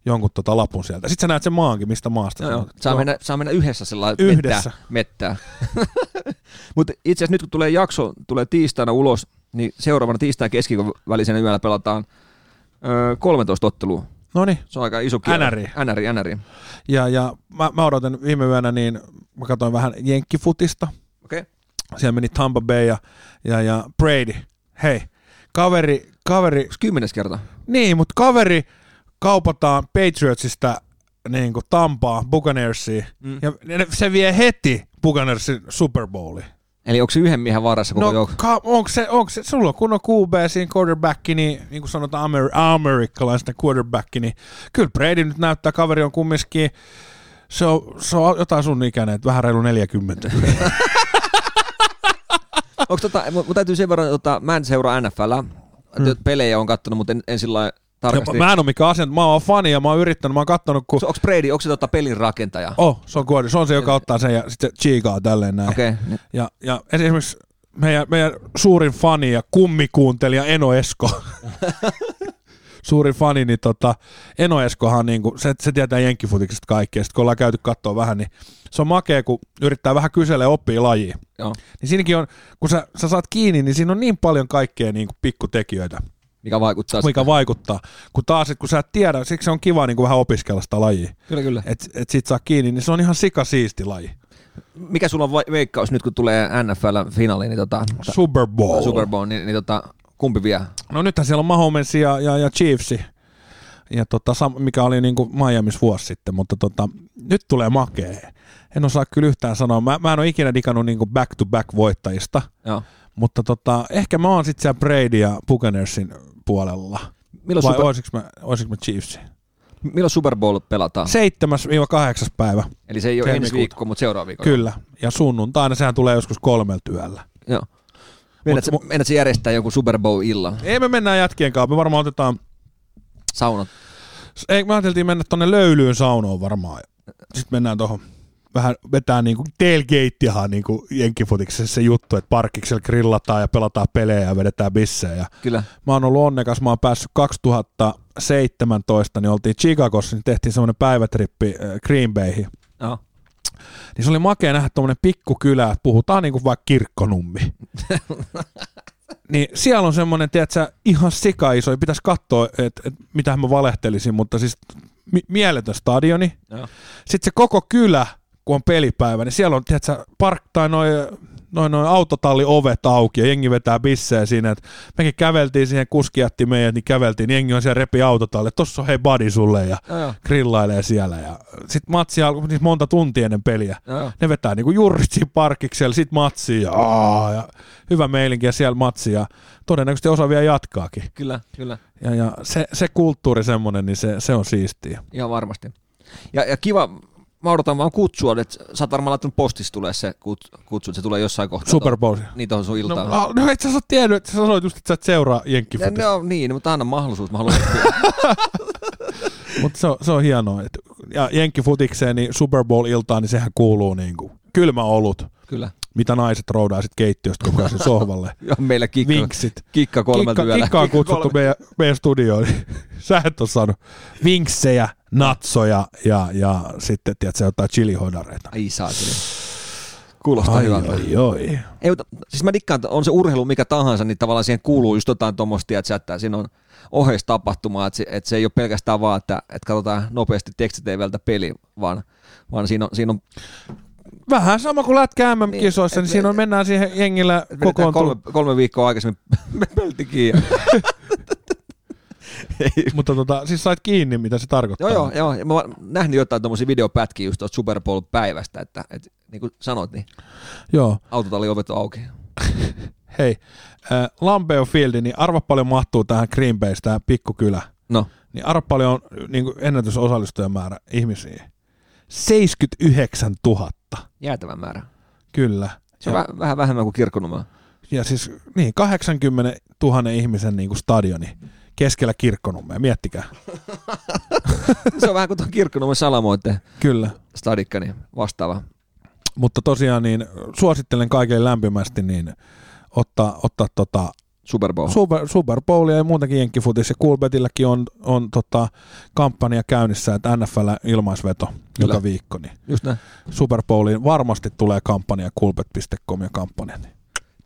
S2: jonkun tota lapun sieltä. Sitten sä näet sen maankin, mistä maasta
S1: Joo,
S2: se
S1: joo.
S2: on. No-
S1: Saa,
S2: Joo.
S1: mennä, saa mennä yhdessä sillä
S2: Yhdessä.
S1: mettää. mettää. (laughs) Mutta itse asiassa nyt kun tulee jakso, tulee tiistaina ulos, niin seuraavana tiistain keskikon välisenä yöllä pelataan ö, 13 ottelua.
S2: Noniin.
S1: Se on aika iso kierre.
S2: NRI.
S1: NRI, NRI.
S2: Ja, ja mä, mä odotan viime yönä, niin mä katsoin vähän jenkkifutista.
S1: Okei. Okay.
S2: Siellä meni Tampa Bay ja, ja, ja Brady. Hei, kaveri, kaveri,
S1: Kymmenes kerta.
S2: niin, mutta kaveri kaupataan Patriotsista niin kuin Tampaa, Buccaneersiin. Mm.
S1: Mm.
S2: Ja ne- se vie heti Buccaneersin Super Bowliin.
S1: Eli onko se yhden miehen vaarassa koko no,
S2: No,
S1: joukko?
S2: ka- onko se, onko se, sulla on kunnon QB siinä quarterback, niin, niin kuin sanotaan amer- amerikkalaisten quarterback, niin kyllä Brady nyt näyttää, kaveri on kumminkin, se on, se on jotain sun ikäinen, että vähän reilu 40.
S1: Onko tota, mun mun täytyy sen verran, tota, mä en seuraa NFL, hmm. No, pelejä on kattonut, mutta en, en sillä lailla (laughs) tarkasti.
S2: Ja mä en ole mikään asian, mä oon fani ja mä oon yrittänyt, mä oon kattonut, kun...
S1: Onko Brady, onko se tota pelin rakentaja?
S2: Oh, se on quarter, se on se, joka ottaa sen ja sitten se chiikaa tälleen näin.
S1: Okei. Okay.
S2: Ja, ja esimerkiksi meidän, meidän suurin fani ja kummikuuntelija Eno
S1: (laughs)
S2: Esko. suurin fani, niin tota, Eno Eskohan, niin kuin, se, se tietää jenkkifutiksesta kaikkea. Sitten kun ollaan käyty katsoa vähän, niin se on makea, kun yrittää vähän kysellä ja oppii lajia.
S1: Joo.
S2: Niin siinäkin on, kun sä, sä saat kiinni, niin siinä on niin paljon kaikkea niin kuin pikkutekijöitä,
S1: Mikä vaikuttaa
S2: mikä vaikuttaa. Kun taas, et kun sä et tiedä, siksi se on kiva niin kuin vähän opiskella sitä lajia.
S1: Kyllä, kyllä.
S2: Et, et sit saa kiinni, niin se on ihan sika siisti laji.
S1: Mikä sulla on vai- veikkaus nyt, kun tulee NFL-finaali, niin tota,
S2: Super Bowl.
S1: Super Bowl, niin, niin tota, kumpi vie?
S2: No nythän siellä on Mahomes ja, ja, ja Chiefs, ja tota, sam- mikä oli niin kuin Miami's vuosi sitten, mutta tota, nyt tulee makee. En osaa kyllä yhtään sanoa. Mä, mä en ole ikinä digannut niin kuin back-to-back voittajista,
S1: Joo.
S2: mutta tota, ehkä mä oon sitten siellä Brady ja Buccaneersin puolella.
S1: Milloin,
S2: Vai
S1: super,
S2: olisiko mä, olisiko mä Chiefsin?
S1: milloin Super Bowl pelataan?
S2: 7-8 päivä,
S1: Eli se ei ole ensi
S2: Helmikuuta.
S1: viikko, mutta seuraava viikko.
S2: niinku- kyllä. Ja sunnuntaina sehän tulee joskus kolmella työllä.
S1: Joo. Meinaat,
S2: Mut-
S1: mut, meinaat se järjestää joku Super Bowl-illan?
S2: Ei me mennään jätkien kanssa, me varmaan otetaan
S1: Saunat.
S2: Ei, me ajateltiin mennä tonne löylyyn saunoon varmaan. Sitten mennään tuohon vähän vetää niinku tailgateahan niinku jenkkifutiksessa se juttu, että parkiksella grillataan ja pelataan pelejä ja vedetään bissejä. Ja
S1: Kyllä.
S2: mä oon ollut onnekas, mä oon päässyt 2017, niin oltiin Chicagossa, niin tehtiin semmoinen päivätrippi äh, Green Bayhin.
S1: Joo.
S2: Niin se oli makea nähdä tuommoinen pikkukylä, että puhutaan niinku vaikka kirkkonummi.
S1: (laughs)
S2: niin siellä on semmoinen, tiedätkö, ihan sika iso, ja pitäisi katsoa, että et, mitä mä valehtelisin, mutta siis mi- mieletön stadioni.
S1: Joo.
S2: Sitten se koko kylä, kun on pelipäivä, niin siellä on, tiedätkö, park, tai noin noi, noi autotalliovet auki ja jengi vetää bissejä siinä, että mekin käveltiin siihen, kuski jätti meidät, niin käveltiin, niin jengi on siellä repi autotalle, tossa on hei buddy sulle ja
S1: Joo, joo.
S2: grillailee siellä ja sit matsi alkoi siis monta tuntia ennen peliä.
S1: Joo, joo.
S2: Ne vetää niinku jurtsin parkiksella, sit matsiin ja, aa, ja hyvä meilinki ja siellä matsi ja todennäköisesti osa vielä jatkaakin.
S1: Kyllä, kyllä.
S2: Ja, ja se, se, kulttuuri semmonen, niin se, se on siistiä.
S1: Ihan varmasti. Ja, ja kiva, mä odotan vaan kutsua, että sä oot varmaan laittanut postissa tulee se kutsu, kutsu että se tulee jossain kohtaa.
S2: Super Bowl.
S1: tuohon- Niin tuohon sun
S2: No,
S1: iltaan.
S2: a- no et sä saa tiennyt, että sä sanoit just, että sä et seuraa
S1: Ja,
S2: jenkkifutista.
S1: no niin, mutta anna mahdollisuus, mä haluan oppia.
S2: (laughs) Mutta se, on- se, on hienoa. Et, ja jenkkifutikseen, niin Super Bowl-iltaan, niin sehän kuuluu niinku kylmä olut,
S1: Kyllä.
S2: mitä naiset roudaa sit keittiöstä koko ajan sen sohvalle.
S1: (laughs) Ja meillä kikka,
S2: Vinksit.
S1: kikka kolmelta
S2: Kikka,
S1: yöllä.
S2: kikka on kutsuttu meidän, meidän studioon. (laughs) niin Sä et ole saanut vinksejä, natsoja ja, ja sitten tiedätkö, jotain chilihodareita.
S1: Ai saateli. Kuulostaa
S2: Ai,
S1: hyvältä.
S2: ai, ai.
S1: Ei, mutta, siis mä dikkaan, että on se urheilu mikä tahansa, niin tavallaan siihen kuuluu just jotain tuommoista, että, että siinä on oheistapahtumaa, että se, että se ei ole pelkästään vaan, että, että katsotaan nopeasti tekstiteivältä peli, vaan, vaan siinä on, siinä on
S2: Vähän sama kuin lätkä MM-kisoissa, niin,
S1: Niin, et-
S2: siinä on, mennään siihen jengillä
S1: vedetään kolme,
S2: kokoontuu.
S1: kolme viikkoa aikaisemmin (laughs) pelti
S2: (laughs)
S1: kiinni.
S2: Mutta tota, siis sait kiinni, mitä se tarkoittaa.
S1: joo, joo, joo. Ja Mä oon nähnyt jotain tuommoisia videopätkiä just tuosta Super Bowl-päivästä, että, että niin kuin sanot, niin
S2: joo.
S1: autotalli ovet on auki.
S2: Hei, äh, Lampeo Field, niin arva paljon mahtuu tähän Green Baystä, tämä pikkukylä.
S1: No,
S2: Niin arva paljon on niin kuin ennätysosallistujamäärä ihmisiä. 79 000.
S1: jäätävä määrä.
S2: Kyllä.
S1: Se on
S2: Ja-
S1: vä- vähän vähemmän kuin kirkkonumaa.
S2: ja siis niin, 80 000 ihmisen niin kuin stadioni keskellä kirkkonummea, miettikää.
S1: Se on vähän kuin tuon kirkkonumme salamoitte
S2: Kyllä.
S1: stadikka, niin vastaava.
S2: Mutta tosiaan niin suosittelen kaikille lämpimästi niin ottaa, ottaa tota
S1: Super Bowl.
S2: Super, Super Bowlia ja muutenkin jenkkifutis ja Coolbetilläkin on, on tota, kampanja käynnissä, että NFL ilmaisveto
S1: Kyllä.
S2: joka viikko, niin
S1: Just näin.
S2: Super Bowliin varmasti tulee kampanja coolbet.com ja kampanja. Niin.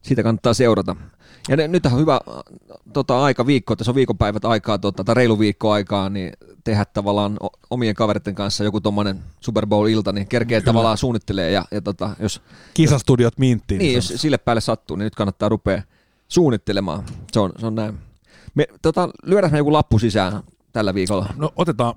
S1: Siitä kannattaa seurata. Ja ne, nyt on hyvä äh, tota, aika viikko, tässä on viikonpäivät aikaa, tota, tai reilu viikko aikaa, niin tehdä tavallaan o- omien kaveritten kanssa joku tuommoinen Super Bowl-ilta, niin kerkee Kyllä. tavallaan suunnittelee ja, ja tota, jos,
S2: Niin, Kisastudiot minttiin.
S1: niin, jos sille päälle sattuu, niin nyt kannattaa rupea suunnittelemaan. Se on, se on näin. Me, tota, lyödään me joku lappu sisään tällä viikolla.
S2: No otetaan,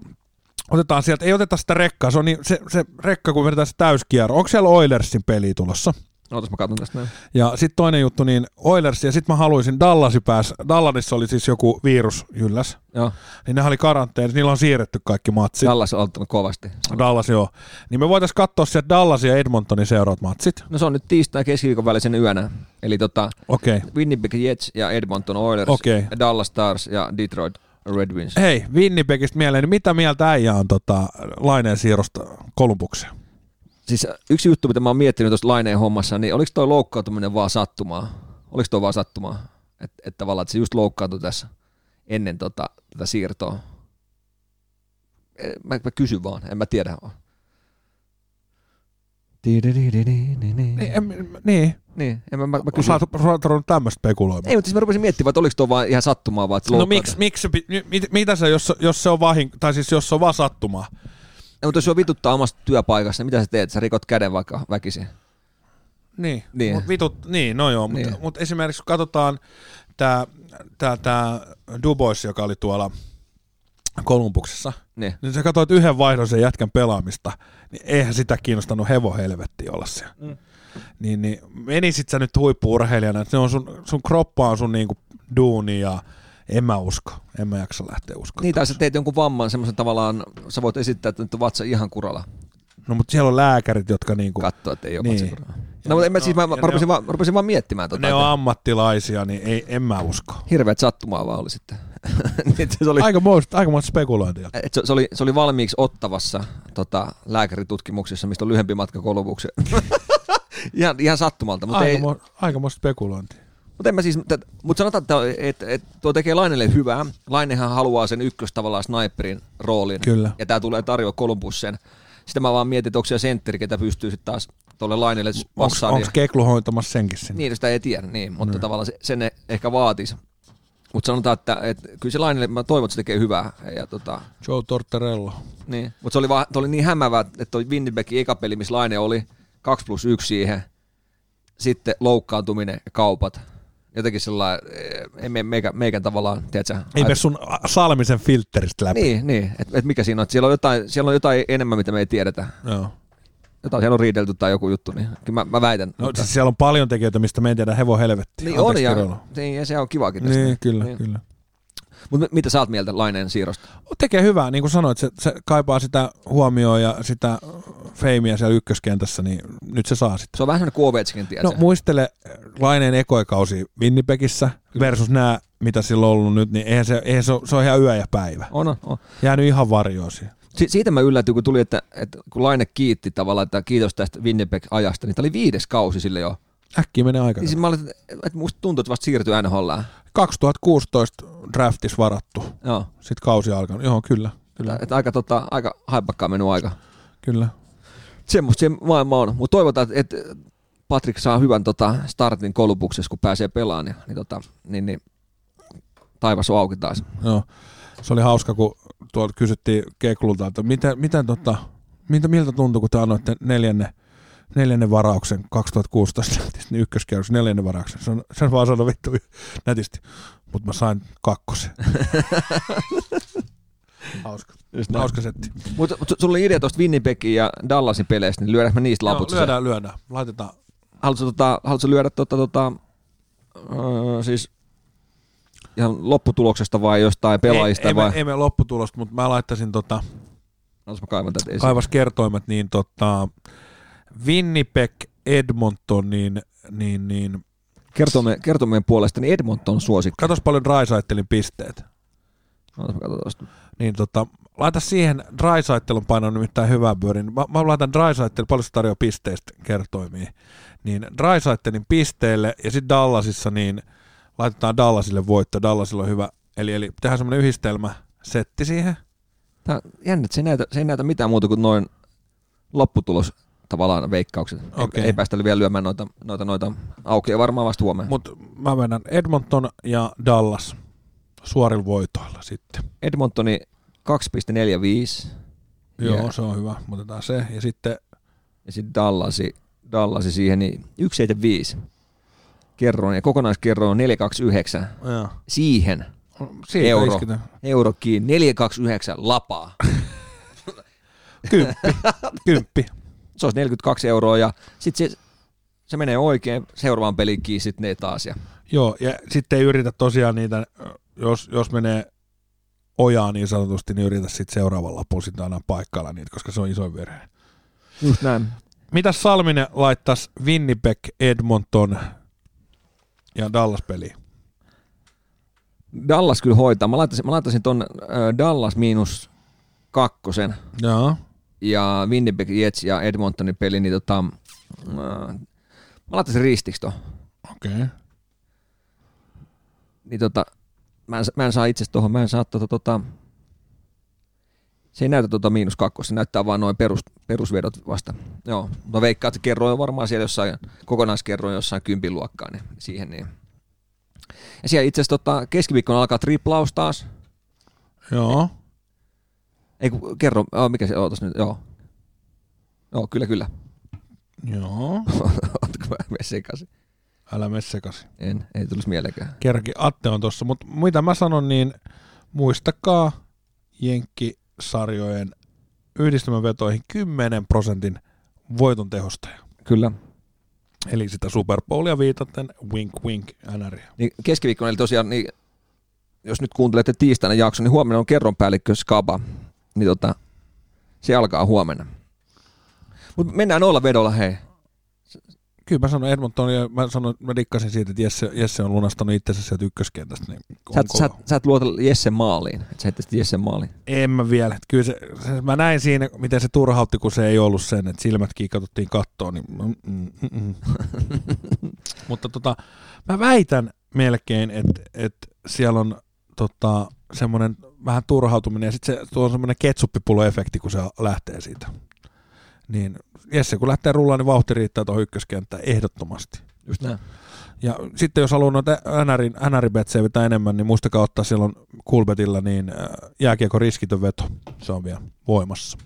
S2: otetaan sieltä, ei oteta sitä rekkaa, se, on niin, se, se rekka kun vedetään se täyskierro. Onko siellä Oilersin peli tulossa?
S1: Ootas mä katson tästä näin.
S2: Ja sitten toinen juttu, niin Oilers, ja sitten mä haluaisin Dallasi pääs, Dallasissa oli siis joku virus ylläs,
S1: Joo.
S2: niin ne oli karanteenissa, niillä on siirretty kaikki matsit.
S1: Dallas on aloittanut kovasti.
S2: Dallas, joo. Niin me voitaisiin katsoa sieltä Dallas ja Edmontonin seuraavat matsit.
S1: No se on nyt tiistai keskiviikon välisen yönä. Eli tota,
S2: Okei. Okay.
S1: Winnipeg Jets ja Edmonton Oilers,
S2: Okei.
S1: Dallas Stars ja Detroit Red Wings.
S2: Hei, Winnipegistä mieleen, niin mitä mieltä äijä on tota, laineen siirrosta Kolumbukseen?
S1: Siis yksi juttu, mitä mä oon miettinyt tuossa laineen hommassa, niin oliko toi loukkaantuminen vaan sattumaa? Oliko toi vaan sattumaa? Että et tavallaan, että se just loukkaantui tässä ennen tota, tätä siirtoa. Eh, Mä, mä kysyn vaan, en mä tiedä.
S2: Niin,
S1: Niin,
S2: en, niin.
S1: niin en mä, mä, mä
S2: sä
S1: kysyn.
S2: oot sä oot ruvennut tämmöistä spekuloimaan.
S1: Ei, mutta siis mä rupesin miettimään, että oliko tuo vaan ihan sattumaa vaan, että se
S2: No
S1: loukkaantui.
S2: miksi, miksi, se pi- mi- mit, mitä se, jos, jos se on vahinko, tai siis jos se on vaan sattumaa?
S1: No, mutta jos se vituttaa omasta työpaikasta, niin mitä sä teet? Sä rikot käden vaikka väkisin.
S2: Niin,
S1: Niin.
S2: niin. Mut vitut, niin no joo, mutta
S1: Niin.
S2: mut esimerkiksi kun katsotaan tämä tää, tää Dubois, joka oli tuolla Kolumbuksessa,
S1: Niin.
S2: niin sä katsoit yhden vaihdon sen jätkän pelaamista, niin eihän sitä kiinnostanut hevohelvetti olla siellä. Mm. Niin, niin menisit sä nyt huippuurheilijana, että ne on sun, sun kroppa on sun niinku duuni ja en mä usko, en mä jaksa lähteä uskomaan.
S1: Niin, tai sä teet jonkun vamman semmoisen tavallaan, sä voit esittää, että nyt on vatsa ihan kuralla.
S2: No mutta siellä on lääkärit, jotka niinku,
S1: Niin. Katsoa, että ei ole
S2: Niin.
S1: vatsa kuralla. No, mutta en mä, siis mä, mä
S2: ja ne
S1: rupesin,
S2: on-
S1: vaan, mä rupesin vaan miettimään tota,
S2: ne on
S1: että
S2: ammattilaisia, niin ei, en mä usko.
S1: hirveät sattumaa vaan oli sitten. (laughs) Niin, että se, oli,
S2: Aika moista, aika moista spekulointia.
S1: et se, se, oli, se oli valmiiksi ottavassa tota, lääkäritutkimuksessa, mistä on lyhyempi matka kolmukseen. (laughs) ihan, ihan sattumalta, mutta ei,
S2: Aikamoista aika spekulointia.
S1: Mutta en mä siis, mutta mut sanotaan, että et, et, tuo tekee Lainelle hyvää. Lainehan haluaa sen ykkös tavallaan sniperin roolin.
S2: Kyllä.
S1: Ja tämä tulee tarjoa Columbus sen. Sitä mä vaan mietin, että onko siellä sentteri, ketä pystyy sitten taas tuolle Lainelle passaan.
S2: Onko Keklu hoitamassa senkin sinne?
S1: Niin, sitä ei tiedä, niin, mutta mm. tavallaan se, sen ne ehkä vaatisi. Mutta sanotaan, että et, kyllä se Lainelle, mä toivon, että se tekee hyvää. Ja, tota,
S2: Joe Tortorello.
S1: niin. Mutta se oli, vaan, toi oli niin hämävä, että toi Winnipegin eka peli, missä Laine oli 2 plus 1 siihen, sitten loukkaantuminen ja kaupat. Jotenkin sellainen, eh, ei me, meikä, meikän tavallaan, tiedätkö?
S2: Ei
S1: aj-
S2: mene sun Salmisen filteristä läpi.
S1: Niin, niin. että et mikä siinä on, että siellä on, jotain, siellä on jotain enemmän, mitä me ei tiedetä.
S2: Joo.
S1: Jotain siellä on riidelty tai joku juttu, niin kyllä mä, mä väitän.
S2: No, siis siellä on paljon tekijöitä, mistä me ei tiedä hevon helvetti.
S1: niin on
S2: Anteeksi,
S1: ja,
S2: Kiroilu.
S1: niin, ja se on kivakin tästä.
S2: Niin, kyllä, niin. kyllä.
S1: Mutta mitä sä oot mieltä Laineen siirrosta?
S2: Tekee hyvää, niin kuin sanoit, se, se kaipaa sitä huomioon ja sitä feimiä siellä ykköskentässä, niin nyt se saa sitä.
S1: Se on vähän semmoinen kuin Ovechkin,
S2: No
S1: tiedätkö?
S2: muistele Laineen ekoikausi Winnipegissä versus nämä, mitä sillä on ollut nyt, niin eihän se, eihän se, ole- se on ihan yö ja päivä.
S1: on, on, on.
S2: Jäänyt ihan varjoon siihen.
S1: Si- siitä mä yllätyin, kun tuli, että, että kun Laine kiitti tavallaan, että kiitos tästä Winnipeg-ajasta, niin tämä oli viides kausi sille jo.
S2: Äkkiä menee aika.
S1: Niin siis mä olin, että musta tuntuu, että vasta siirtyi NHLään.
S2: 2016 draftis varattu.
S1: Joo.
S2: Sitten kausi alkanut. Joo, kyllä.
S1: Kyllä. Että aika, tota, aika haipakkaa mennyt aika.
S2: Kyllä.
S1: Semmosta se maailma on. Mutta toivotaan, että, että Patrick saa hyvän tota, startin kolumbuksessa, kun pääsee pelaamaan. Ja, niin, tota, niin, niin, taivas on auki taas.
S2: Joo. Se oli hauska, kun tuolta kysyttiin Keklulta, että mitä, mitä tota, mitä, miltä tuntui, kun te annoitte neljänne, neljännen varauksen 2016 nätisti, niin ykköskierros neljännen varauksen. Sen, sen vaan sanoi vittu nätisti, mutta mä sain kakkosen.
S1: (laughs)
S2: hauska. Hauska setti.
S1: Mutta mut, su- sulla oli idea tuosta Winnipegin ja Dallasin peleistä, niin lyödäänkö me niistä laput?
S2: Joo,
S1: sisään?
S2: lyödään, lyödään. Laitetaan.
S1: haluatko, tota, haluatko lyödä tota, tota, öö, siis ihan lopputuloksesta vai jostain pelaajista
S2: ei, ei,
S1: vai?
S2: me, ei me lopputulosta, mutta mä laittaisin tota,
S1: Haluatko mä kaivan tätä esiin?
S2: kaivas kertoimet, niin tota, Winnipeg, Edmonton, niin, niin, niin
S1: Kertomme, kertomien puolesta, niin Edmonton suosikki.
S2: katos paljon Drysaitelin pisteet.
S1: Ootas mä katson tosta.
S2: Niin tota, laita siihen Drysaitelun painon nimittäin hyvää pyörin. Mä, mä laitan Drysaitel, paljon se tarjoaa pisteistä kertoimia. Niin Drysaitelin pisteelle ja sitten Dallasissa niin laitetaan Dallasille voitto. Dallasilla on hyvä. Eli, eli tehdään semmoinen yhdistelmä setti siihen.
S1: Tämä on jännä, että se ei, näytä, se ei näytä mitään muuta kuin noin lopputulos tavallaan veikkaukset.
S2: Okei.
S1: Ei, ei päästä vielä lyömään noita, noita, noita auki ja varmaan vasta huomenna. Mut.
S2: Mutta mä mennään Edmonton ja Dallas suorilla voitoilla sitten.
S1: Edmontoni 2,45
S2: Joo,
S1: Joo.
S2: se on hyvä. Otetaan se. Ja sitten
S1: ja sitten Dallasi, Dallasi siihen, niin 1,75 kerroin ja kokonaiskerroin on 4,29
S2: joo,
S1: siihen
S2: siitä
S1: Euro.
S2: isketään.
S1: euro kiinni, 4,29 lapaa.
S2: Kymppi. Kymppi.
S1: Se olisi 42 euroa ja sitten se, se menee oikein seuraavaan peliin kiinni sitten ne taas. Ja
S2: Joo, ja sitten ei yritä tosiaan niitä, jos, jos menee ojaa niin sanotusti, niin yritä sitten seuraavalla positaana paikalla niitä, koska se on iso virhe.
S1: just näin.
S2: Mitäs Salminen laittaisi Winnipeg, Edmonton ja Dallas peliin?
S1: Dallas kyllä hoitaa. Mä laittaisin, mä laittaisin ton äh, Dallas miinus kakkosen
S2: Joo.
S1: ja Winnipeg Jets ja Edmontonin peli, niin tota, äh, mä laittaisin ristiksi ton.
S2: Okei. Okay.
S1: Niin tota, mä en, mä en saa itse tuohon, mä en saa tota, tota, se ei näytä tota miinus kakkos, se näyttää vaan noin perus, perusvedot vasta. Joo, mutta veikkaa, että kerroin varmaan siellä jossain, kokonaiskerroin jossain kympin luokkaa, niin siihen niin. Ja siellä itse asiassa tota, keskiviikkona alkaa triplaus taas,
S2: Joo.
S1: Ei kun kerro, oh, mikä se, ootas nyt, joo. Joo, kyllä, kyllä. (laughs)
S2: Joo.
S1: Ootko mä menen sekaisin?
S2: Älä mene sekaisin.
S1: En, ei tulisi mieleenkään.
S2: Kerki Atte on tossa, mutta mitä mä sanon, niin muistakaa Jenkki-sarjojen yhdistelmävetoihin 10 prosentin voiton tehostaja.
S1: Kyllä.
S2: Eli sitä Super Bowlia viitaten, wink wink, NRiä.
S1: Niin keskiviikkona, eli tosiaan, niin, jos nyt kuuntelette tiistaina jakson, niin huomenna on kerronpäällikkö Skaba. Niin tota, se alkaa huomenna. Mutta mennään olla vedolla, hei.
S2: Kyllä mä sanon Edmonton, ja mä, sanon, mä dikkasin siitä, että Jesse, Jesse on lunastanut itsensä sieltä ykköskentästä. Niin on
S1: Sä et,
S2: kova.
S1: sä, et- sä et luota Jessen maaliin, että sä heittäisit Jessen maaliin. (laughs)
S2: En mä vielä. Et Kyllä se, se, mä näin siinä, miten se turhautti, kun se ei ollut sen, että silmät kiikatuttiin kattoon. Niin, mm, mm, mm, mm. Mutta tota, mä väitän melkein, että et siellä on tota, semmoinen vähän turhautuminen ja sitten se tuo on semmoinen ketsuppipuloefekti, kun se lähtee siitä. Niin Jesse, kun lähtee rullaan, niin vauhti riittää tuohon ykköskenttään ehdottomasti.
S1: Just näin.
S2: Ja sitten jos haluaa noita NRin, NR-betsejä vetää enemmän, niin muistakaa ottaa silloin Kulbetilla niin äh, jääkiekko riskitön veto. Se on vielä voimassa.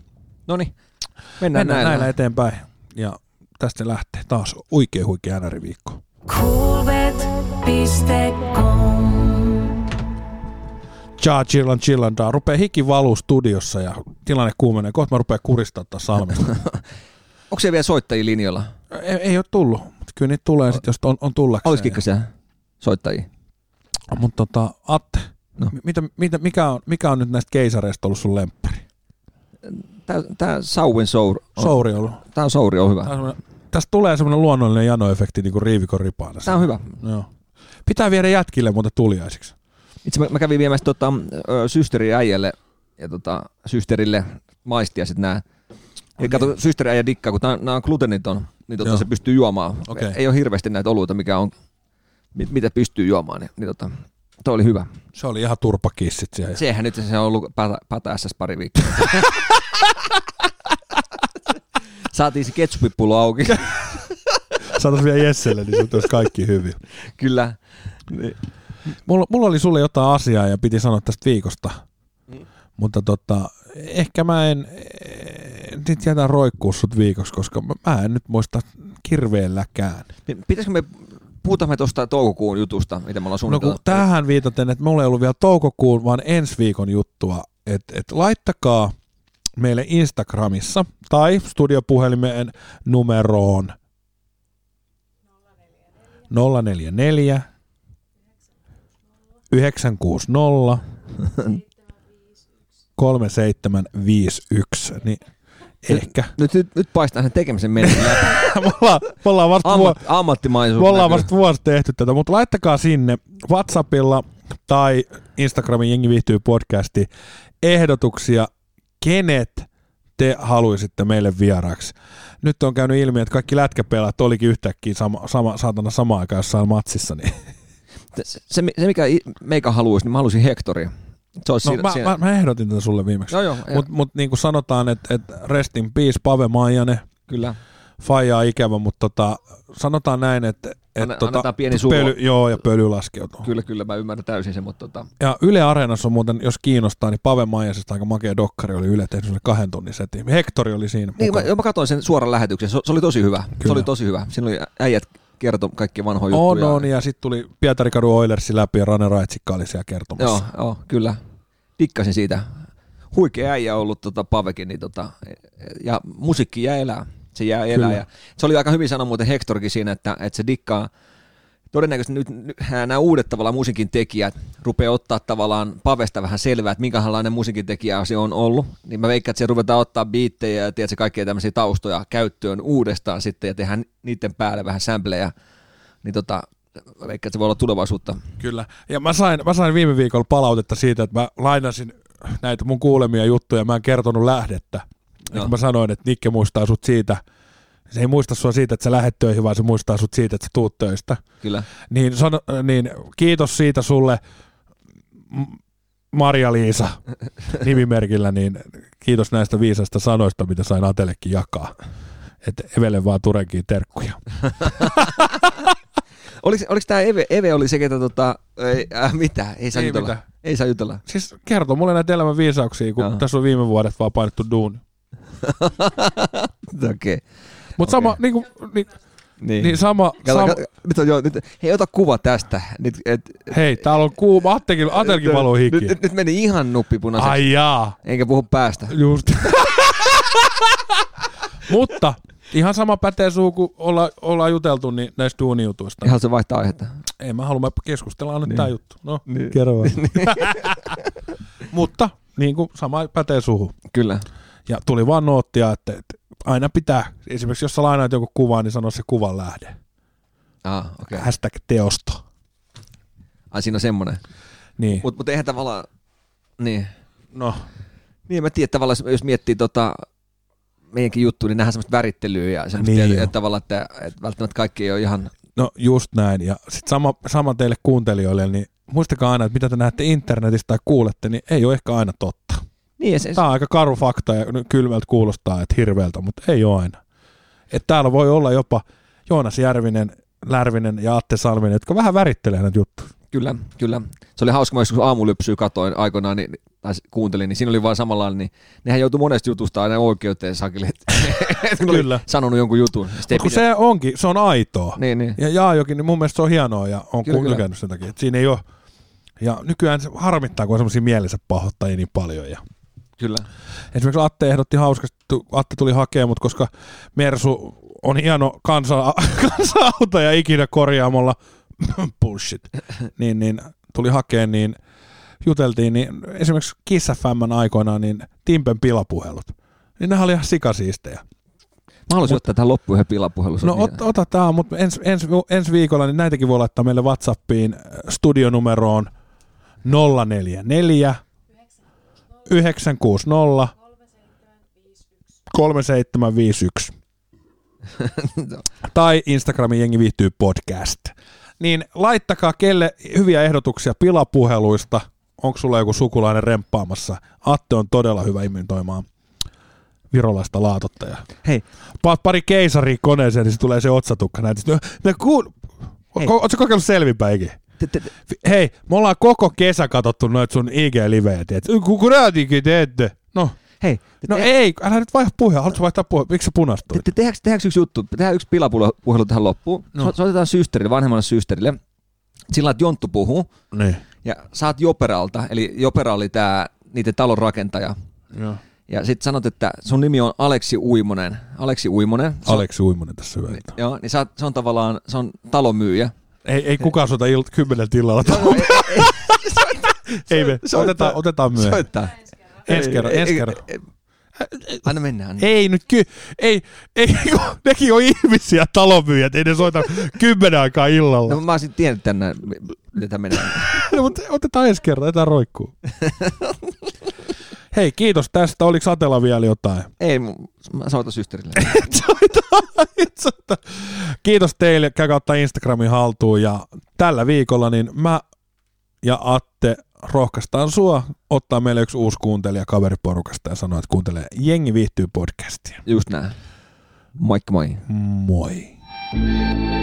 S1: No niin, mennään,
S2: Mennään näillä, näillä
S1: näillä.
S2: eteenpäin. Ja tästä se lähtee taas oikein huikea NR-viikko.
S6: Coolbet.com
S2: Tjaa, chillan, chillan, tää rupeaa hiki valuu studiossa ja tilanne kuumenee. Kohta mä rupean kuristaa
S1: (laughs)
S2: taas salmista.
S1: Onko se vielä soittajia linjoilla?
S2: ei, ei ole tullut, mutta kyllä niitä tulee sitten, jos on, on tullakseen.
S1: Olisikin se soittajia?
S2: Mutta tota, Atte,
S1: No.
S2: no. mitä, mitä, mikä, on, mikä on nyt näistä keisareista ollut sun lemppäri?
S1: Tää, tää Sauin Sour. on- Ah.
S2: Souri on ollut.
S1: Tää on Souri, on hyvä.
S2: Tää on semmonen- Tästä tulee semmoinen luonnollinen janoefekti, niin kuin riivikon ripaana.
S1: Tämä on hyvä.
S2: Joo. Pitää viedä jätkille muuten tuliaisiksi.
S1: Itse mä, mä kävin viemässä tota, ö, systeri äijälle ja tota, systerille maistia sitten nää. Ja kato, systeri äijä dikkaa, kun nämä on gluteniton, niin tota,
S2: niin. Joo.
S1: se pystyy juomaan.
S2: Okei.
S1: Ei ole hirveästi näitä oluita, mikä on, mit, mitä pystyy juomaan. Niin, niin tota, toi oli hyvä.
S2: Se oli ihan turpakissit siellä.
S1: Sehän nyt se on ollut pätä, pätä SS pari viikkoa. (laughs) Saatiin se ketsupipullo auki. (laughs)
S2: Saatais vielä Jesselle, niin sut olisi kaikki hyvin.
S1: Kyllä.
S2: Mulla, mulla, oli sulle jotain asiaa ja piti sanoa tästä viikosta. Mutta tota, ehkä mä en, eh, nyt jätän roikkuu sut viikoksi, koska mä- mä en nyt muista kirveelläkään.
S1: Pi- Niin, Pitäisikö me, puhutaan me tuosta toukokuun jutusta, mitä me ollaan
S2: No kun
S1: suunniteltu?
S2: tähän viitaten, että mulla ei ollut vielä toukokuun, vaan ensi viikon juttua, että et laittakaa meille Instagramissa tai studiopuhelimeen numeroon 044 960 3751. Niin ehkä. (laughs)
S1: Nyt, nyt, nyt paistaa sen tekemisen mennä.
S2: me, ollaan, me ollaan vasta vuo-
S1: Ammat, ammattimaisuus.
S2: Me ollaan
S1: näkyy.
S2: vasta vuosi tehty tätä, mutta laittakaa sinne WhatsAppilla tai Instagramin Jengi viihtyy podcasti ehdotuksia, kenet te haluaisitte meille vieraaksi. Nyt
S1: (laughs)
S2: on käynyt ilmi, että kaikki lätkäpelaat olikin yhtäkkiä sama, sama, saatana samaan aikaan jossain matsissa, niin
S1: Se, se, se mikä i- meikä haluaisi, niin mä haluaisin Hectoria. Se olisi
S2: No,
S1: siinä,
S2: mä,
S1: siinä.
S2: mä, mä, ehdotin tätä sulle viimeksi.
S1: joo, joo,
S2: Mutta mut, niin kuin sanotaan, että et rest in peace, Pave Maijanen,
S1: kyllä.
S2: faijaa ikävä, mutta tota, sanotaan näin, että et,
S1: Anna-
S2: tota,
S1: annetaan pieni suvo.
S2: pöly, joo, ja pöly laskeutuu.
S1: Kyllä, kyllä, mä ymmärrän täysin sen, mutta tota,
S2: Ja Yle Areenassa on muuten, jos kiinnostaa, niin Pave Maijasesta aika makea dokkari oli Yle tehnyt sulle kahden tunnin setin. Hektori oli siinä
S1: niin, mä,
S2: mukana.
S1: joo, mä katsoin sen suoran lähetyksen, se, se oli tosi hyvä. Kyllä. Se
S2: Kyllä.
S1: oli tosi hyvä. Siinä oli äijät kertoi kaikki vanhoja
S2: on,
S1: juttuja.
S2: on, ja sitten tuli Pietarikadu Oilersi läpi ja Rane Raitsikka oli siellä kertomassa.
S1: Joo, joo, kyllä. Dikkasin siitä. Huikea äijä ollut tota, Pavekin, niin tota, ja musiikki jää elää. Se jää elää.
S2: Kyllä.
S1: Ja se oli aika hyvin sanonut muuten Hectorkin siinä, että, että se dikkaa. Todennäköisesti nyt nyt nämä uudet tavallaan musiikin tekijät rupeaa ottaa tavallaan Pavesta vähän selvää, että minkälainen musiikin tekijä se on ollut. Niin mä veikkaan, että se ruvetaan ottaa biittejä ja tiedätkö, kaikkia tämmöisiä taustoja käyttöön uudestaan sitten ja tehdään niiden päälle vähän sämplejä. Niin tota, mä veikkaan, että se voi olla tulevaisuutta.
S2: Kyllä. Ja mä sain, mä sain viime viikolla palautetta siitä, että mä lainasin näitä mun kuulemia juttuja, mä en kertonut lähdettä. Ja
S1: Joo.
S2: kun mä sanoin, että Nikke muistaa sut siitä, se ei muista sua siitä, että sä lähet töihin, vaan se muistaa sut siitä, että sä tuut töistä.
S1: Kyllä.
S2: Niin, sano, niin kiitos siitä sulle, M-
S1: (laughs)
S2: Marja-Liisa nimimerkillä, niin kiitos näistä viisasta sanoista, mitä sain Atellekin jakaa. Että Evelle vaan Turenkiin terkkuja.
S1: Oliko, oliko tämä Eve, Eve oli se, ketä tota, ei, äh, mitä, ei saa
S2: Ei
S1: jutella.
S2: mitään.
S1: Ei saa jutella.
S2: Siis kerto mulle näitä elämän viisauksia, kun
S1: Joo.
S2: tässä on viime vuodet vaan painettu duuni.
S1: Okei.
S2: Mutta sama, niin kuin, niin,
S1: Niin.
S2: niin sama,
S1: Kato,
S2: sama
S1: kato, nyt on jo, nyt, hei ota kuva tästä. Nyt, et,
S2: hei, täällä on kuuma, Attekin, Atelkin valuu
S1: nyt,
S2: hiki.
S1: nyt, nyt, meni ihan nuppipunaiseksi, Ai.
S2: Ai jaa,
S1: enkä puhu päästä.
S2: just. (laughs) Mutta ihan sama pätee suu, kun olla, ollaan juteltu niin näistä duunijutuista.
S1: Ihan se vaihtaa aihetta.
S2: Ei mä halua, me keskustellaan nyt
S1: Niin.
S2: niin. tämä juttu. No, niin. kerro vaan. (laughs) Mutta niin kuin sama pätee suhu.
S1: Kyllä.
S2: Ja tuli vaan noottia, että, että aina pitää, esimerkiksi jos sä lainaat joku kuvan, niin sano se kuvan lähde.
S1: Ah, okei. Okay.
S2: Hashtag teosto.
S1: Ai siinä on semmoinen.
S2: Niin.
S1: Mutta mut eihän tavallaan, niin.
S2: No,
S1: Niin mä tiedän tavallaan, jos- jos miettii tota, meidänkin juttu, niin nähdään semmoista värittelyä ja semmoista
S2: Niin
S1: niin
S2: joo.
S1: että, tavallaan, että, että välttämättä kaikki ei ole ihan,
S2: no just näin. Ja sitten sama, sama teille kuuntelijoille, niin muistakaa aina, että mitä te näette internetistä tai kuulette, niin ei ole ehkä aina totta.
S1: niin ja se,
S2: Tämä on aika karu fakta ja nyt kylmältä kuulostaa, että hirveältä, mutta ei ole aina. Et täällä voi olla jopa Joonas Järvinen, Lärvinen ja Atte Salminen, jotka vähän värittelee näitä juttuja.
S1: Kyllä, kyllä. Se oli hauska, mä joskus aamulypsyä katoin aikoinaan, niin, tai kuuntelin, niin siinä oli vaan samalla, niin nehän joutui monesta jutusta aina oikeuteen sakille, että (laughs) et kun
S2: Kyllä.
S1: oli sanonut jonkun jutun. Sitten ei
S2: Mutta kun
S1: pidä-
S2: se onkin, se on aitoa.
S1: Niin, niin.
S2: Ja Jaajokin, niin mun mielestä se on hienoa ja on
S1: Kyllä, kyllä.
S2: tykännyt sen takia. Et siinä ei ole, ja nykyään se harmittaa, kun on semmoisia mielensä pahoittajia niin paljon. Ja
S1: Kyllä.
S2: Esimerkiksi Atte ehdotti hauskasti, tu- Atte tuli hakemaan, mutta koska Mersu on hieno kansa, (laughs) kansa ja ikinä korjaamolla, (laughs) bullshit, niin, niin tuli hakemaan, niin juteltiin, niin esimerkiksi Kiss FM aikoinaan, niin Timpen pilapuhelut, niin nämä oli ihan sikasiistejä.
S1: Mä haluaisin ottaa tähän loppuun yhden pilapuhelun. se
S2: No
S1: on
S2: ot,
S1: niin-
S2: ota tämä, mutta ens, ens, ensi viikolla niin näitäkin voi laittaa meille Whatsappiin äh, studionumeroon 044 960 3751 tai Instagramin jengi viihtyy podcast. Niin laittakaa kelle hyviä ehdotuksia pilapuheluista. Onko sulla joku sukulainen remppaamassa? Atte on todella hyvä imitoimaan virolaista laatottajaa
S1: Hei,
S2: paat pari keisaria koneeseen, niin se tulee se otsatukka. Näin. No, no kuul...
S1: Hei.
S2: Ko- Ootko kokeillut selvinpäikin?
S1: te, te, te,
S2: Fi- Hei, me ollaan koko kesä katsottu noit sun IG-livejä, tiedät. Kun kun räätiinkin teette. No,
S1: hei, te,
S2: no
S1: te,
S2: ei, älä nyt vaihda puheen. Haluatko vaihtaa puheen? Miksi sä
S1: te,
S2: punastuit?
S1: te, tehdäänkö, tehdäänkö yksi juttu? Tehdään yksi pilapuhelu tähän loppuun. No.
S2: No.
S1: Soitetaan systerille, vanhemmalle systerille. Sillä lailla, että Jonttu puhuu
S2: Niin.
S1: ja saat Joperalta, eli Jopera oli tää niiden talon rakentaja.
S2: Joo.
S1: Ja sitten sanot, että sun nimi on Aleksi Uimonen. Aleksi Uimonen. Se on-
S2: Aleksi Uimonen tässä hyvä.
S1: Ni- Joo, niin sä, oot- se on tavallaan, se on talomyyjä.
S2: Ei, ei kukaan sota ilt kymmenen tilalla. (laughs) ei me. Otetaan, otetaan myöhemmin.
S1: Soittaa.
S2: Ensi kerran, ensi
S1: Ei-
S2: kerran.
S1: ei- ei- Anna mennä. Anna.
S2: Ei nyt ky... Ei, ei, (laughs) kun nekin on ihmisiä talonmyyjät, ei ne soita kymmenen aikaa illalla.
S1: No mä olisin tiennyt tänne, miten tämä menee.
S2: No, mutta otetaan ensi kerran, otetaan roikkuu. Hei, kiitos tästä. Oliko Atella vielä jotain?
S1: Ei, mun- mä soitan systerille.
S2: Et soita, et soita. kiitos teille. Käykää ottaa Instagramin haltuun ja tällä viikolla niin mä ja Atte rohkaistaan sua ottaa meille yksi uusi kuuntelija kaveriporukasta ja sanoa, että kuuntelee Jengi viihtyy podcastia.
S1: Just näin. Moikka moi.
S2: Moi.